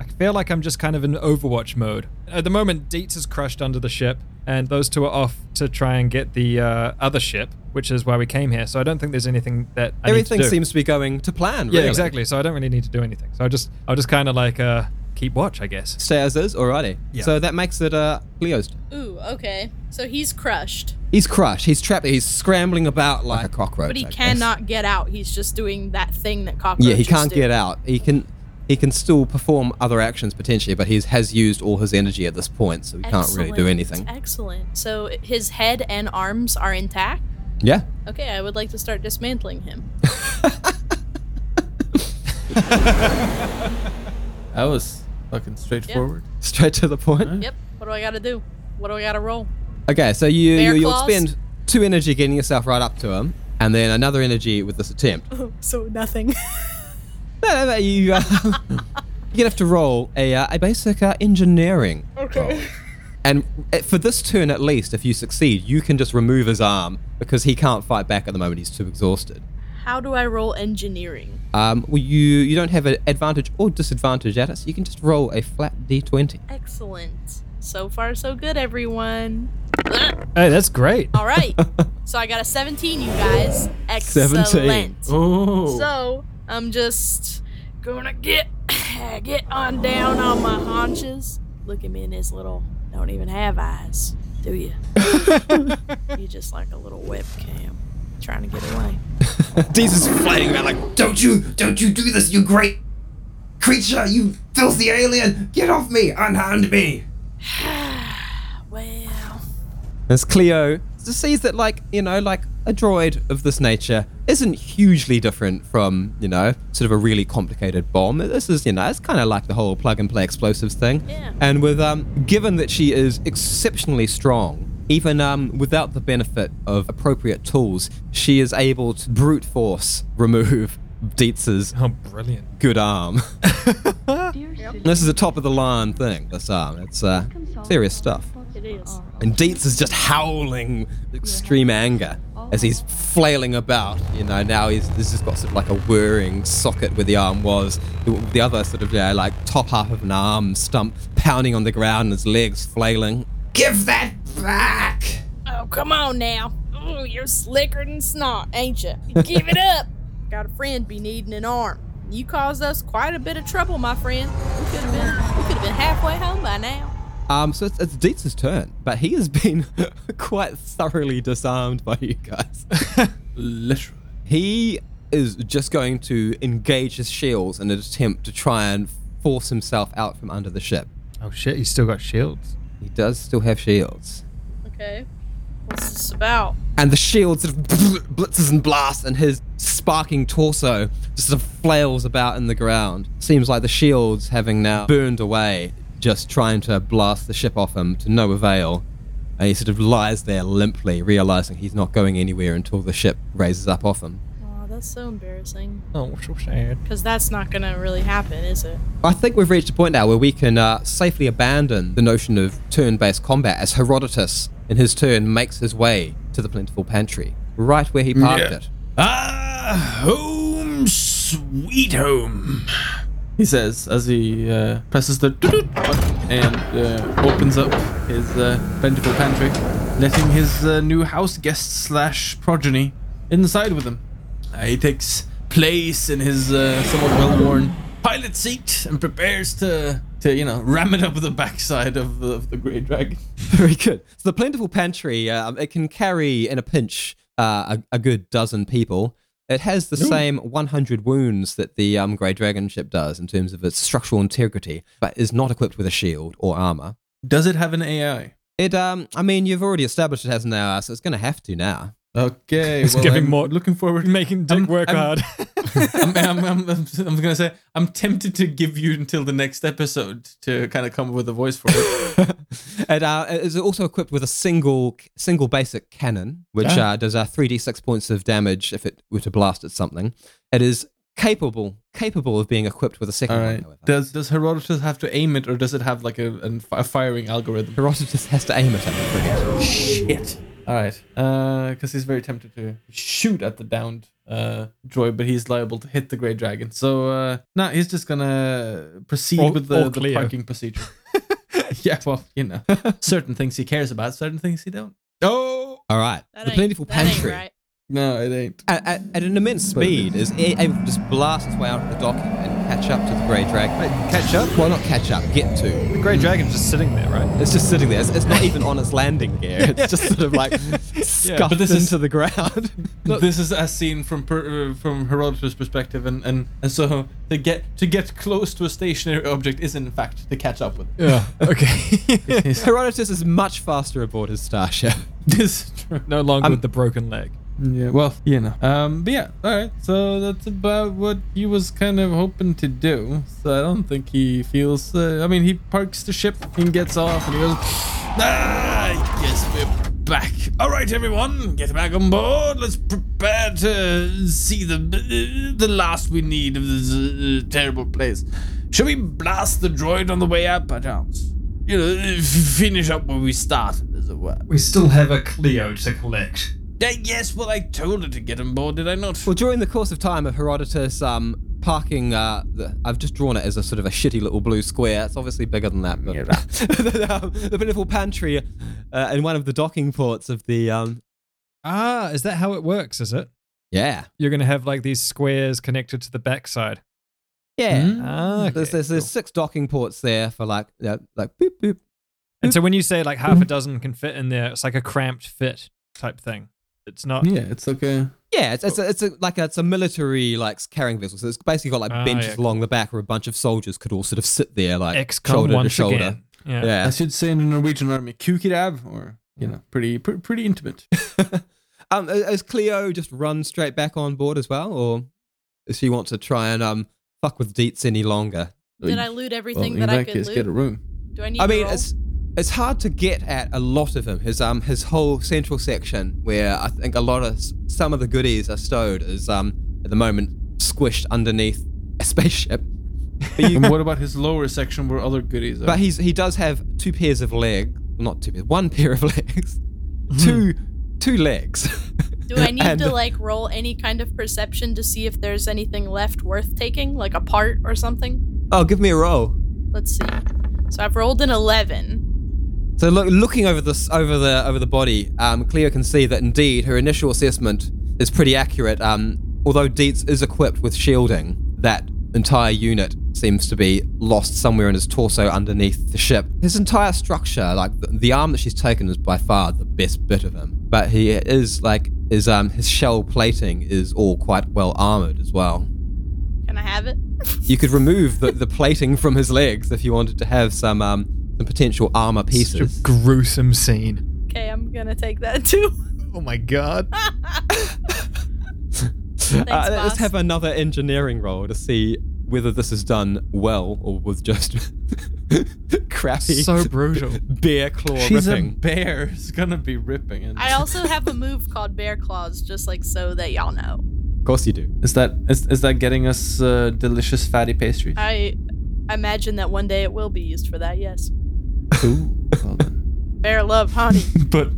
C: I feel like I'm just kind of in Overwatch mode. At the moment, Dietz is crushed under the ship, and those two are off to try and get the uh, other ship, which is why we came here. So I don't think there's anything that I need to
A: Everything
C: do.
A: seems to be going to plan.
C: yeah
A: Really.
C: exactly. So I don't really need to do anything. So I just I'll just kind of like uh, keep watch, I guess.
A: Stay as is. Alrighty.
C: Yeah.
A: So that makes it uh, Leo's. turn.
D: Ooh, okay. So he's crushed,
A: He's crushed. He's trapped. He's scrambling about like, a cockroach.
D: but he
A: I guess.
D: cannot get out. He's just doing that thing that cockroaches
A: Yeah, he can't
D: do.
A: get out. He can he can still perform other actions potentially, but he has used all his energy at this point, so he can't really do
D: Excellent,
A: anything.
D: Excellent. So his head and arms are intact.
A: Yeah.
D: Okay, I would like to start
A: [laughs]
D: dismantling him.
B: That was fucking straightforward.
A: Straight to the point.
D: Yep. What do I gotta do? What do I gotta roll?
A: Okay, so you, you
D: Bear
A: you'll
D: claws?
A: spend two energy getting yourself right up to him, and then another energy with this
D: [laughs]
A: attempt. No,
D: [laughs] So nothing. [laughs]
A: no, no you uh, [laughs] you're gonna have to roll a uh, a basic uh, engineering. roll. And uh, for this turn, at least, if you succeed, you can just remove his arm because he can't fight back at the moment. He's too exhausted.
D: How do I roll engineering?
A: Um, well, you you don't have an advantage or disadvantage at it, so you can just roll a flat [laughs] d20.
D: Excellent. So far, so good, everyone.
C: Hey, that's great.
D: All right.
A: [laughs]
D: so I got a 17, you guys. Excellent.
B: Oh.
D: So I'm just gonna get [coughs] get on down on my haunches. Look at me in his little. Don't even have eyes, do you? you just like a little webcam, trying to get away.
A: Deez is flailing about like,
G: Don't you, don't you do this, you great
M: creature, you filthy alien! Get off me! Unhand me!
D: Well,
A: As Cleo sees that, like, you know, like a droid of this nature isn't hugely different from, you know, sort of a really complicated bomb. This is, you know, it's kind of like the whole plug and play explosives thing.
D: Yeah.
A: And with, um, given that she is exceptionally strong, even um, without the benefit of appropriate tools, she is able to brute force remove [laughs] Dietz's
E: Oh, brilliant.
A: good arm. this is a top of the line thing, this arm. It's uh, serious stuff.
D: it is.
A: And Dietz is just howling extreme anger as he's flailing about. You know, now he's this has got sort of like a whirring socket where the arm was. The, the other sort of, yeah, like top half of an arm stump pounding on the ground and his legs flailing.
M: Give that back!
D: Oh, come on now. Ooh, you're slicker than snot, ain't you? Give it up. Got a friend be needing an arm. You caused us quite a bit of trouble, my friend. We could have been, we could have been halfway home by now.
A: Um, so it's, it's Dietz's turn, but he has been [laughs] quite thoroughly disarmed by you guys.
B: Literally.
A: He is just going to engage his shields in an attempt to try and force himself out from under the ship.
E: Oh shit, he's still got shields.
A: He does still have shields.
D: Okay. What's this about?
A: and the shield sort of [laughs] blitzes and blasts, and his sparking torso just sort of flails about in the ground. Seems like the shield's having now burned away, just trying to blast the ship off him to no avail. And he sort of lies there limply, realizing he's not going anywhere until the ship raises up off him.
D: Oh, that's so embarrassing.
E: Oh, so sad.
D: Because that's not gonna really happen, is it?
A: I think we've reached a point now where we can uh, safely abandon the notion of turn based combat as Herodotus, in his turn, makes his way to the plentiful pantry, right where he parked
B: Yeah.
A: it.
F: Ah, home sweet home.
B: He says as he uh, presses the doot-doot button and uh, opens up his uh, plentiful pantry, letting his uh, new house guest slash progeny inside with him. Uh, he takes place in his uh, somewhat well-worn pilot seat and prepares to, to you know, ram it up the backside of the, of the Grey Dragon.
A: [laughs] Very good. So the plentiful pantry, um, it can carry in a pinch uh, a, a good dozen people. It has the same 100 wounds that the um, Grey Dragon ship does in terms of its structural integrity, but is not equipped with a shield or armor.
B: Does it have an AI?
A: It, um, I mean, you've already established it has an hour, so it's going to have to now.
B: Okay,
E: It's
B: well,
E: giving
B: I'm
E: more-
B: Looking forward to
E: [laughs] Making Dick
B: I'm-
E: work
B: I'm-
E: hard.
B: [laughs] I'm, I'm, I'm, I'm, I'm gonna say I'm tempted to give you until the next episode to kind of come up with a voice for
E: [laughs]
B: it.
A: It uh, is also equipped with a single single basic cannon, which
B: Ah.
A: uh, does uh, 3d6 points of damage if it were to blast at something. It is capable capable of being equipped with a second
B: All
A: one,
B: right.
A: however.
B: Does does Herodotus have to aim it, or does it have like a, an- a firing algorithm?
A: Herodotus has to aim at him. I forget.
B: Shit. All right. Because he's very tempted to shoot at the downed uh, droid, but he's liable to hit the gray dragon. So uh, no, he's just gonna proceed
E: Or-
B: with the,
E: or
B: the
E: Cleo.
B: parking [laughs] procedure. yeah. Well, you know, [laughs] certain things he cares about, certain things he don't. Oh.
A: All right.
D: That
A: the
D: ain't-
A: plentiful
D: that ain't
A: pantry,
D: right.
B: No, it ain't.
A: at, at, at an immense speed, is a- able to just blast its way out of the dock and catch up to the Grey Dragon. catch up? Well, not catch up, get to.
E: the Great Dragon's just sitting there, right?
A: It's just sitting there. It's, it's not even on its landing gear. It's just sort of [laughs] like scuffed
B: this
A: into
B: is-
A: the [laughs] ground.
B: this is as seen from per, uh, from Herodotus' perspective, and, and, and so to get to get close to a stationary object is in fact to catch up with. It.
E: Yeah.
A: [laughs]
E: Okay.
A: Herodotus is much faster aboard his starship.
B: This is true.
E: no longer
B: I'm-
E: with the broken leg.
B: Yeah, well, you know. Um, but yeah, all right. So that's about what he was kind of hoping to do. So I don't think he feels. Uh, I mean, he parks the ship and gets off, and he goes.
F: Ah, yes, we're back. All right, everyone, get back on board. Let's prepare to see the the last we need of this uh, terrible place. Shall we blast the droid on the way up, perchance? You know, f- finish up where we started, as it were.
N: We still have a Clio to collect.
F: Yeah, yes, well, I told her to get on board, did I not?
A: Well, during the course of time of Herodotus um, parking, uh, the, I've just drawn it as a sort of a shitty little blue square. It's obviously bigger than that. But [laughs] the, um, the plentiful pantry uh, in one of the docking ports of the. Um,
E: Ah, is that how it works, is it?
A: yeah.
E: You're going to have like these squares connected to the backside.
A: Yeah. Uh,
E: Ah, okay,
A: There's, there's, there's six docking ports there for like, yeah, like boop, boop.
E: And so when you say like half a dozen can fit in there, it's like a cramped fit type thing.
C: It's not.
B: Yeah, it's like a
A: Yeah, it's, it's, a, it's a, like a, it's a military like carrying vessel. So it's basically got like
C: Ah,
A: benches
C: yeah.
A: along the back where a bunch of soldiers could all sort of sit there like
C: XCOM
A: shoulder to
C: once
A: shoulder.
C: again. Yeah.
A: Yeah.
B: I should say in the Norwegian army, kukidab, or you know, pretty pretty, pretty intimate.
A: Um, has Cleo just run straight back on board as well, or does she want to try and um fuck with Deets any longer?
D: [laughs] Did I loot
B: Well,
D: everything
B: in
D: that I
B: that
D: could
B: case, get a
D: loot?
B: room.
D: Do I need?
A: I
D: to
A: mean,
D: roll?
A: it's it's hard to get at a lot of him. His um his whole central section, where I think a lot of s- some of the goodies are stowed, is um at the moment squished underneath a spaceship.
B: [laughs] and what about his lower section where other goodies are?
A: But he's he does have two pairs of leg, not two pairs, one pair of [laughs] legs, two two legs. [laughs]
D: Do I need
A: and-
D: to like roll any kind of perception to see if there's anything left worth taking, like a part or something?
A: Oh, give me a roll.
D: Let's see. So I've rolled an eleven.
A: So look, looking over this over the over the body, um, Cleo can see that indeed her initial assessment is pretty accurate. Um, although Dietz is equipped with shielding, that entire unit seems to be lost somewhere in his torso underneath the ship. His entire structure, like the, the arm that she's taken, is by far the best bit of him. But he is like his um his shell plating is all quite well armored as well.
D: Can I have it?
A: You could remove the, the plating from his legs if you wanted to have some um some potential armor
C: Such
A: pieces.
C: a gruesome scene.
D: Okay, I'm gonna take that [laughs] too.
C: Oh my god.
D: Thanks,
A: Uh, let's
D: boss.
A: have another engineering roll to see whether this is done well or with just [laughs] crappy
C: [laughs] so brutal.
A: bear claw
B: She's a
A: ripping.
B: bear. [laughs] It's gonna be ripping. And
D: I also have a move called Bear Claws, just like so that y'all know.
A: Of course you do.
B: is that is, is that getting us uh, delicious fatty pastries?
D: I imagine that one day it will be used for that. Yes.
B: Ooh,
D: [laughs]
B: well then.
D: Bear love, honey.
B: [laughs] but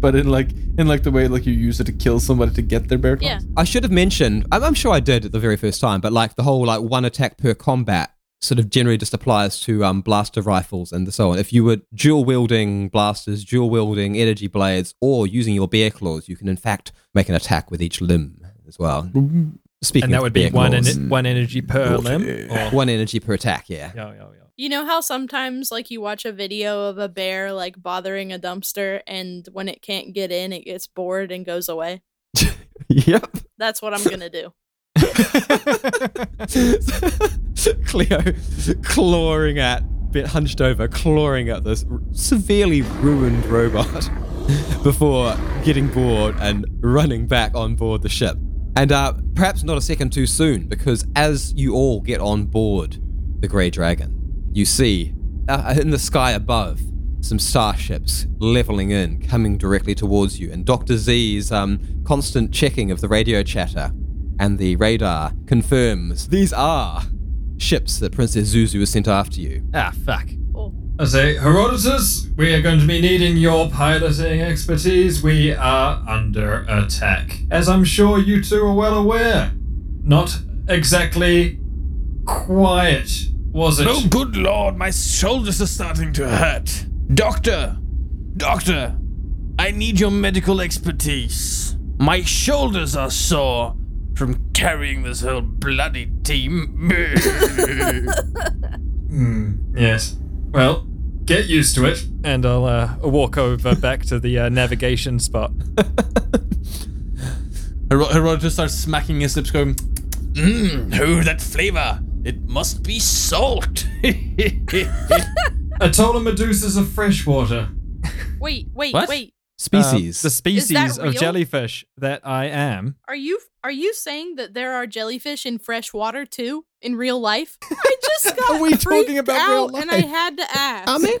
B: but in like in like the way like you use it to kill somebody to get their bear claws.
D: Yeah.
A: I should have mentioned. I'm, I'm sure I did at the very first time, but like the whole like one attack per combat sort of generally just applies to um, blaster rifles and so on. If you were dual wielding blasters, dual wielding energy blades, or using your bear claws, you can in fact make an attack with each limb as well. Speaking
C: And that
A: of
C: would be
A: bear
C: one
A: claws,
C: en- one energy per limb. Or-
A: one energy per attack. Yeah.
C: Yeah, yeah, yeah.
D: You know how sometimes like you watch a video of a bear like bothering a dumpster and when it can't get in it gets bored and goes away?
A: Yep.
D: That's what I'm going to do.
A: [laughs] Cleo clawing at, bit hunched over, clawing at this r- severely ruined robot [laughs] before getting bored and running back on board the ship. And uh, perhaps not a second too soon, because as you all get on board the Grey Dragon, you see uh, in the sky above some starships leveling in, coming directly towards you. And Dr. Z's um, constant checking of the radio chatter and the radar confirms these are ships that Princess Zuzu has sent after you.
C: Ah, fuck.
E: I say, Herodotus, we are going to be needing your piloting expertise. We are under attack. As I'm sure you two are well aware. Not exactly quiet, was it?
F: Oh, good lord, my shoulders are starting to hurt. Doctor, doctor, I need your medical expertise. My shoulders are sore from carrying this whole bloody team. [laughs]
E: Yes. Well, get used to it.
C: And I'll uh, walk over back to the uh, navigation spot.
B: Hero- Herodotus just starts smacking his lips,
D: [laughs]
B: going,
F: Mmm, ooh, that flavor. It must be salt. [laughs]
E: Atolla Medusa's of freshwater.
D: Wait, wait,
B: What?
D: wait. Uh,
A: Species.
C: Uh, the species
D: real?
C: of jellyfish that I am.
D: Are you are you saying that there are jellyfish in fresh water too in real
C: [laughs]
D: life? I just got
A: we talking
D: freaked
A: about real
D: out and I
A: life?
D: had to
C: [laughs]
D: ask.
A: I mean,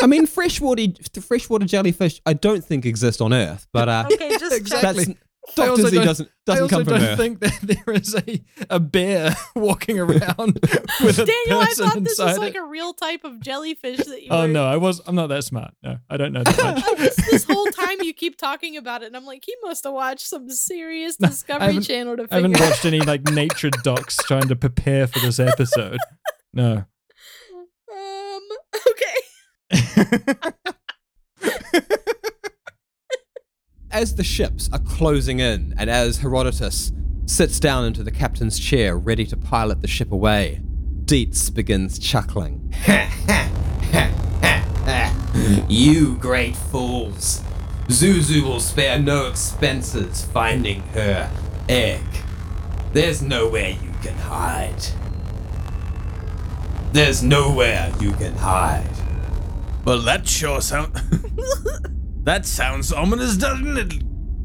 A: I mean, freshwater freshwater jellyfish. I don't think exist on Earth, but uh,
D: okay, just
A: [laughs]
D: check.
A: that's
C: I
A: Doctor
C: also
A: Z
C: don't-
A: doesn't doesn't
C: I also
A: come from
C: don't
A: Earth.
C: think that [laughs] there is a, a bear [laughs] walking around [laughs] with a
D: Daniel, I
C: person
D: thought this
C: inside
D: was like
C: it.
D: a real type of jellyfish that you
C: Oh
D: were-
C: no, I was. I'm not that smart. No, I don't know
D: [laughs]
C: that much.
D: Just this
C: [laughs]
D: whole time you keep talking about it, and I'm like, he must have watched some serious Discovery
C: haven't-
D: Channel to
C: I haven't
D: figure out.
C: watched any like nature docs trying to prepare for this episode. No.
D: [laughs] Um, okay.
A: as the ships are closing in, and as Herodotus sits down into the captain's chair, ready to pilot the ship away, Dietz begins chuckling.
G: you great fools.
O: Zuzu will spare no expenses finding her egg. There's nowhere you can hide. There's nowhere you can hide.
F: Well, that sure sound. [laughs] that sounds ominous, doesn't it?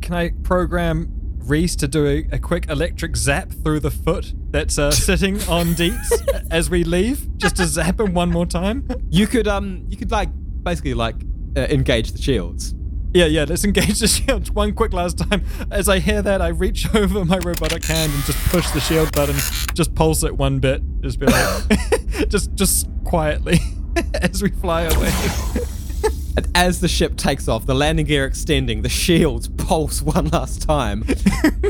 E: Can I program Reese to do a, a quick electric zap through the foot that's uh, sitting on
D: [laughs]
E: Deets as we leave? Just to zap him one more time?
A: You could um you could like basically like uh, engage the shields.
E: Yeah, yeah, let's engage the [laughs] shield one quick last time. As I hear that, I reach [laughs] over my robotic hand and just push the shield button, just pulse it one bit, just be like, [laughs] just, just quietly [laughs] as we fly away.
A: And as the ship takes off, the landing gear extending, the shields pulse [laughs] one last time,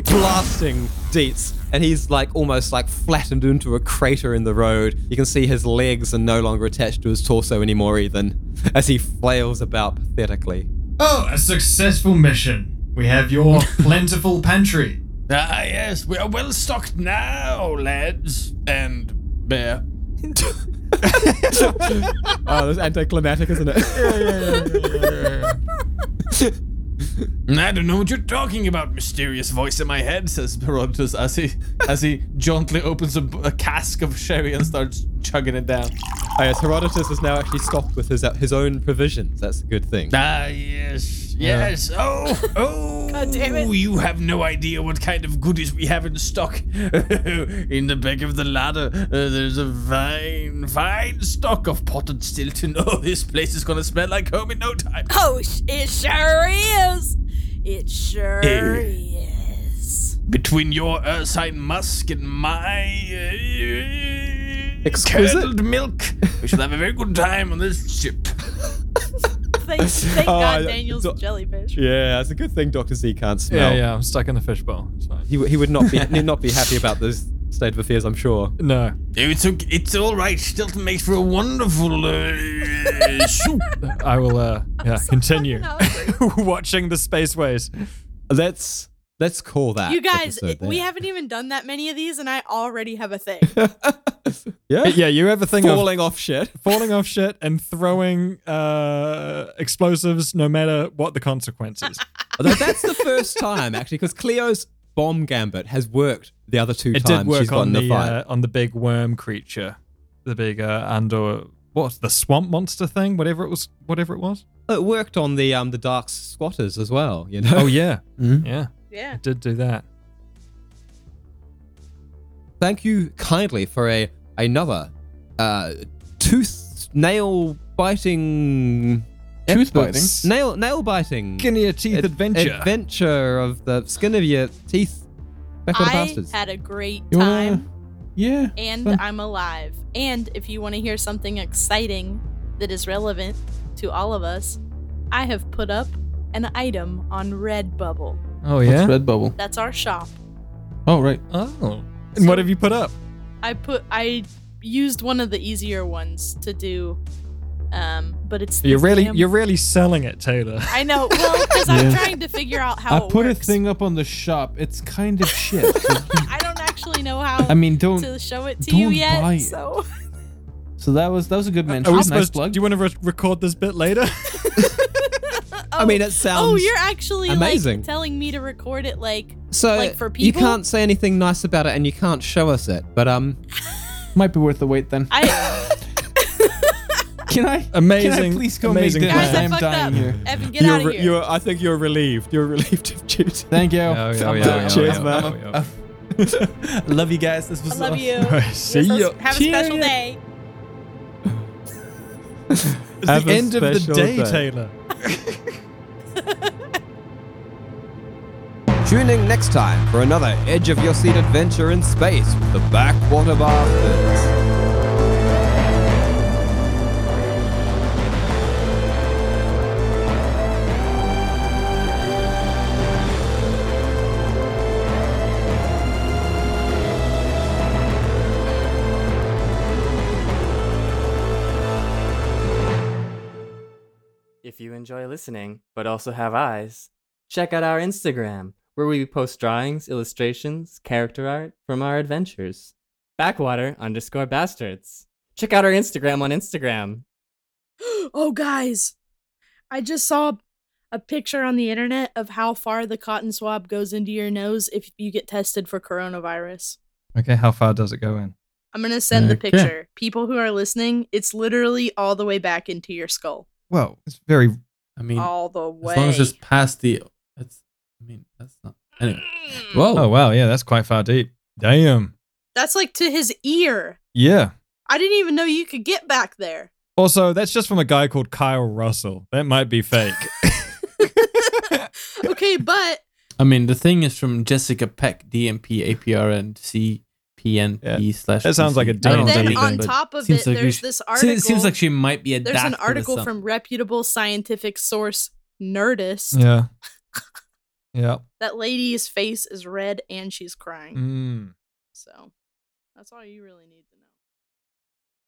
A: blasting Dietz. And he's like almost like flattened into a crater in the road. You can see his legs are no longer attached to his torso anymore, even as he flails about pathetically.
P: Oh, a successful mission. We have
E: [laughs]
P: your plentiful pantry.
F: Ah, yes, we are well stocked now, lads and bear.
A: Oh, that's anticlimactic, isn't it?
F: I don't know what you're talking
B: Thinking about mysterious voice in my head, says Herodotus as he as he jauntily opens a, a cask of sherry and starts chugging it down.
A: Oh, yes, Herodotus is now actually stocked with his uh, his own provisions. That's a good thing.
F: Ah, yes, yes.
B: [laughs]
F: Oh, oh. God
D: damn it.
F: You have no idea what kind of goodies we have in stock. [laughs] in the back of the ladder, uh, there's a fine, fine stock of potted Stilton. Oh, [laughs] this place is going to smell like home in no time.
D: Oh, sh- it sure is. It sure is.
F: Between your Ursine musk and my. Uh,
A: Exquisite?
F: curdled milk. We shall have a very good time on this ship.
D: Thank, thank God
A: yeah,
D: Daniel's
A: so-
D: a jellyfish.
A: Yeah, it's a good thing Doctor Z can't
E: yeah,
A: smell.
E: yeah, I'm stuck in the fishbowl. It's fine.
A: He, w- he would not
E: [laughs]
A: be he'd not be happy about this state of affairs, I'm sure.
E: No.
F: It's okay. It's all right. Stilton makes for a wonderful uh, soup.
E: I will uh yeah, continue
D: fucking
E: [laughs] watching the spaceways.
A: Let's let's call that.
D: You guys,
A: episode
D: it- we
A: there.
D: haven't even done that many of these, and I already have a thing.
A: yeah,
E: But yeah, you have a thing of
A: falling off shit.
E: falling off shit and throwing uh explosives no matter what the consequences.
A: Although that's the first time actually, because Cleo's bomb gambit has worked the other two
E: it
A: times
E: did work
A: she's
E: on
A: gotten
E: the
A: a fight.
E: uh, on the big worm creature, the big uh Andor what the swamp monster thing, whatever it was, whatever it was.
A: it worked on the um the dark squatters as well. You know.
E: uh, [laughs] Oh yeah,
C: Mm-hmm.
E: yeah,
D: yeah.
E: it did do that.
A: thank you kindly for a another uh, tooth nail biting
B: Tooth
A: episode.
B: biting?
A: nail nail biting
E: Skin your teeth
A: ad-
E: adventure.
A: adventure of the skin of your teeth backward
D: I
A: bastards.
D: had a great
B: You wanna-
D: time.
B: Yeah.
D: and
B: Fun.
D: I'm alive. And if you want to hear something exciting that is relevant to all of us, I have put up an item on Redbubble.
E: oh yeah.
B: Redbubble.
D: That's our shop.
B: Oh right.
E: Oh. And what have you put up?
D: I put I used one of the easier ones to do um but it's
E: You're
D: this
E: really
D: damn-
E: you're really selling it, Taylor.
D: I know. Well, cuz I'm
B: [laughs] Yeah.
D: trying to figure out how
B: I
D: it
B: put
D: Oh, works.
B: a thing up on the shop. It's kind of [laughs] shit.
D: I don't actually know how
B: I mean,
D: [laughs]
B: don't.
D: to show it to
B: don't
D: you yet.
B: buy it.
D: So
B: So that was that was a good mention.
E: Are we
B: nice
E: supposed
B: plug.
E: Do you want to re- record this bit later?
A: I mean, it sounds
D: [laughs] Oh, you're actually
A: amazing.
D: like telling me to record it like
A: so.
D: like for
A: you
D: people?
A: can't say anything nice about it, and you can't show us it. But um,
B: Might be worth the wait then. [laughs]
D: I
B: Can I? Can
E: Amazing-
B: I please go
E: amazing
B: make
D: Guys,
B: dinner?
E: plan.
D: I
B: I'm
D: fucked
B: dying
D: up.
B: here.
D: Evan, get out of here.
A: I think you're relieved. You're [laughs] relieved of duty.
B: Thank you.
A: Oh,
E: yeah,
B: I'm
E: yeah,
B: done.
E: yeah,
A: Cheers,
E: yeah,
A: man.
E: yeah, yeah.
B: Love you guys. This
D: I
B: was
D: love
E: [laughs]
B: awesome.
D: you.
E: See
D: You're so-
E: ya.
D: Have a special day.
E: It's
A: Have
E: the
A: a
E: end of the
A: special
E: day,
A: day.
E: Taylor.
A: Tune in next time for another edge of your seat adventure in space with the Backwater Bastards.
Q: If you enjoy listening, but also have eyes, check out our Instagram, where we post drawings, illustrations, character art from our adventures. Backwater underscore bastards. Check out our Instagram on Instagram.
D: oh guys i just saw a picture on the internet of how far the cotton swab goes into your nose if you get tested for coronavirus.
C: Okay, how far does it go in?
D: I'm gonna send the
B: Okay.
D: picture. People who are listening, it's literally all the way back into your skull,
C: Well, it's very.
B: I mean,
D: all the way.
B: as long as it's past the. That's. I mean, that's not. Anyway. Whoa.
C: Oh wow, yeah, that's quite far deep. Damn.
D: That's like to his ear.
C: Yeah.
D: I didn't even know you could get back
B: [laughs]
D: there. [laughs]
C: Also, that's just from a guy called Kyle Russell. That might be fake.
D: okay, but
B: I mean, the thing is from Jessica Peck, DMP, APR, and CPNP
C: Yeah.
B: slash.
C: That sounds like a
B: I don't
C: But
B: know
C: then
B: anything,
D: on
B: but
D: top of
B: seems
D: it,
B: you
D: there's
B: sh-
D: this
B: se- It
D: article-
B: seems like she might be a
D: there's an
B: doctor or
D: article
B: something.
D: from reputable scientific source
C: [laughs]
D: Nerdist.
C: yeah. [laughs] Yeah.
D: That lady's face is red and she's crying.
C: Mm.
D: So that's all you really need to know.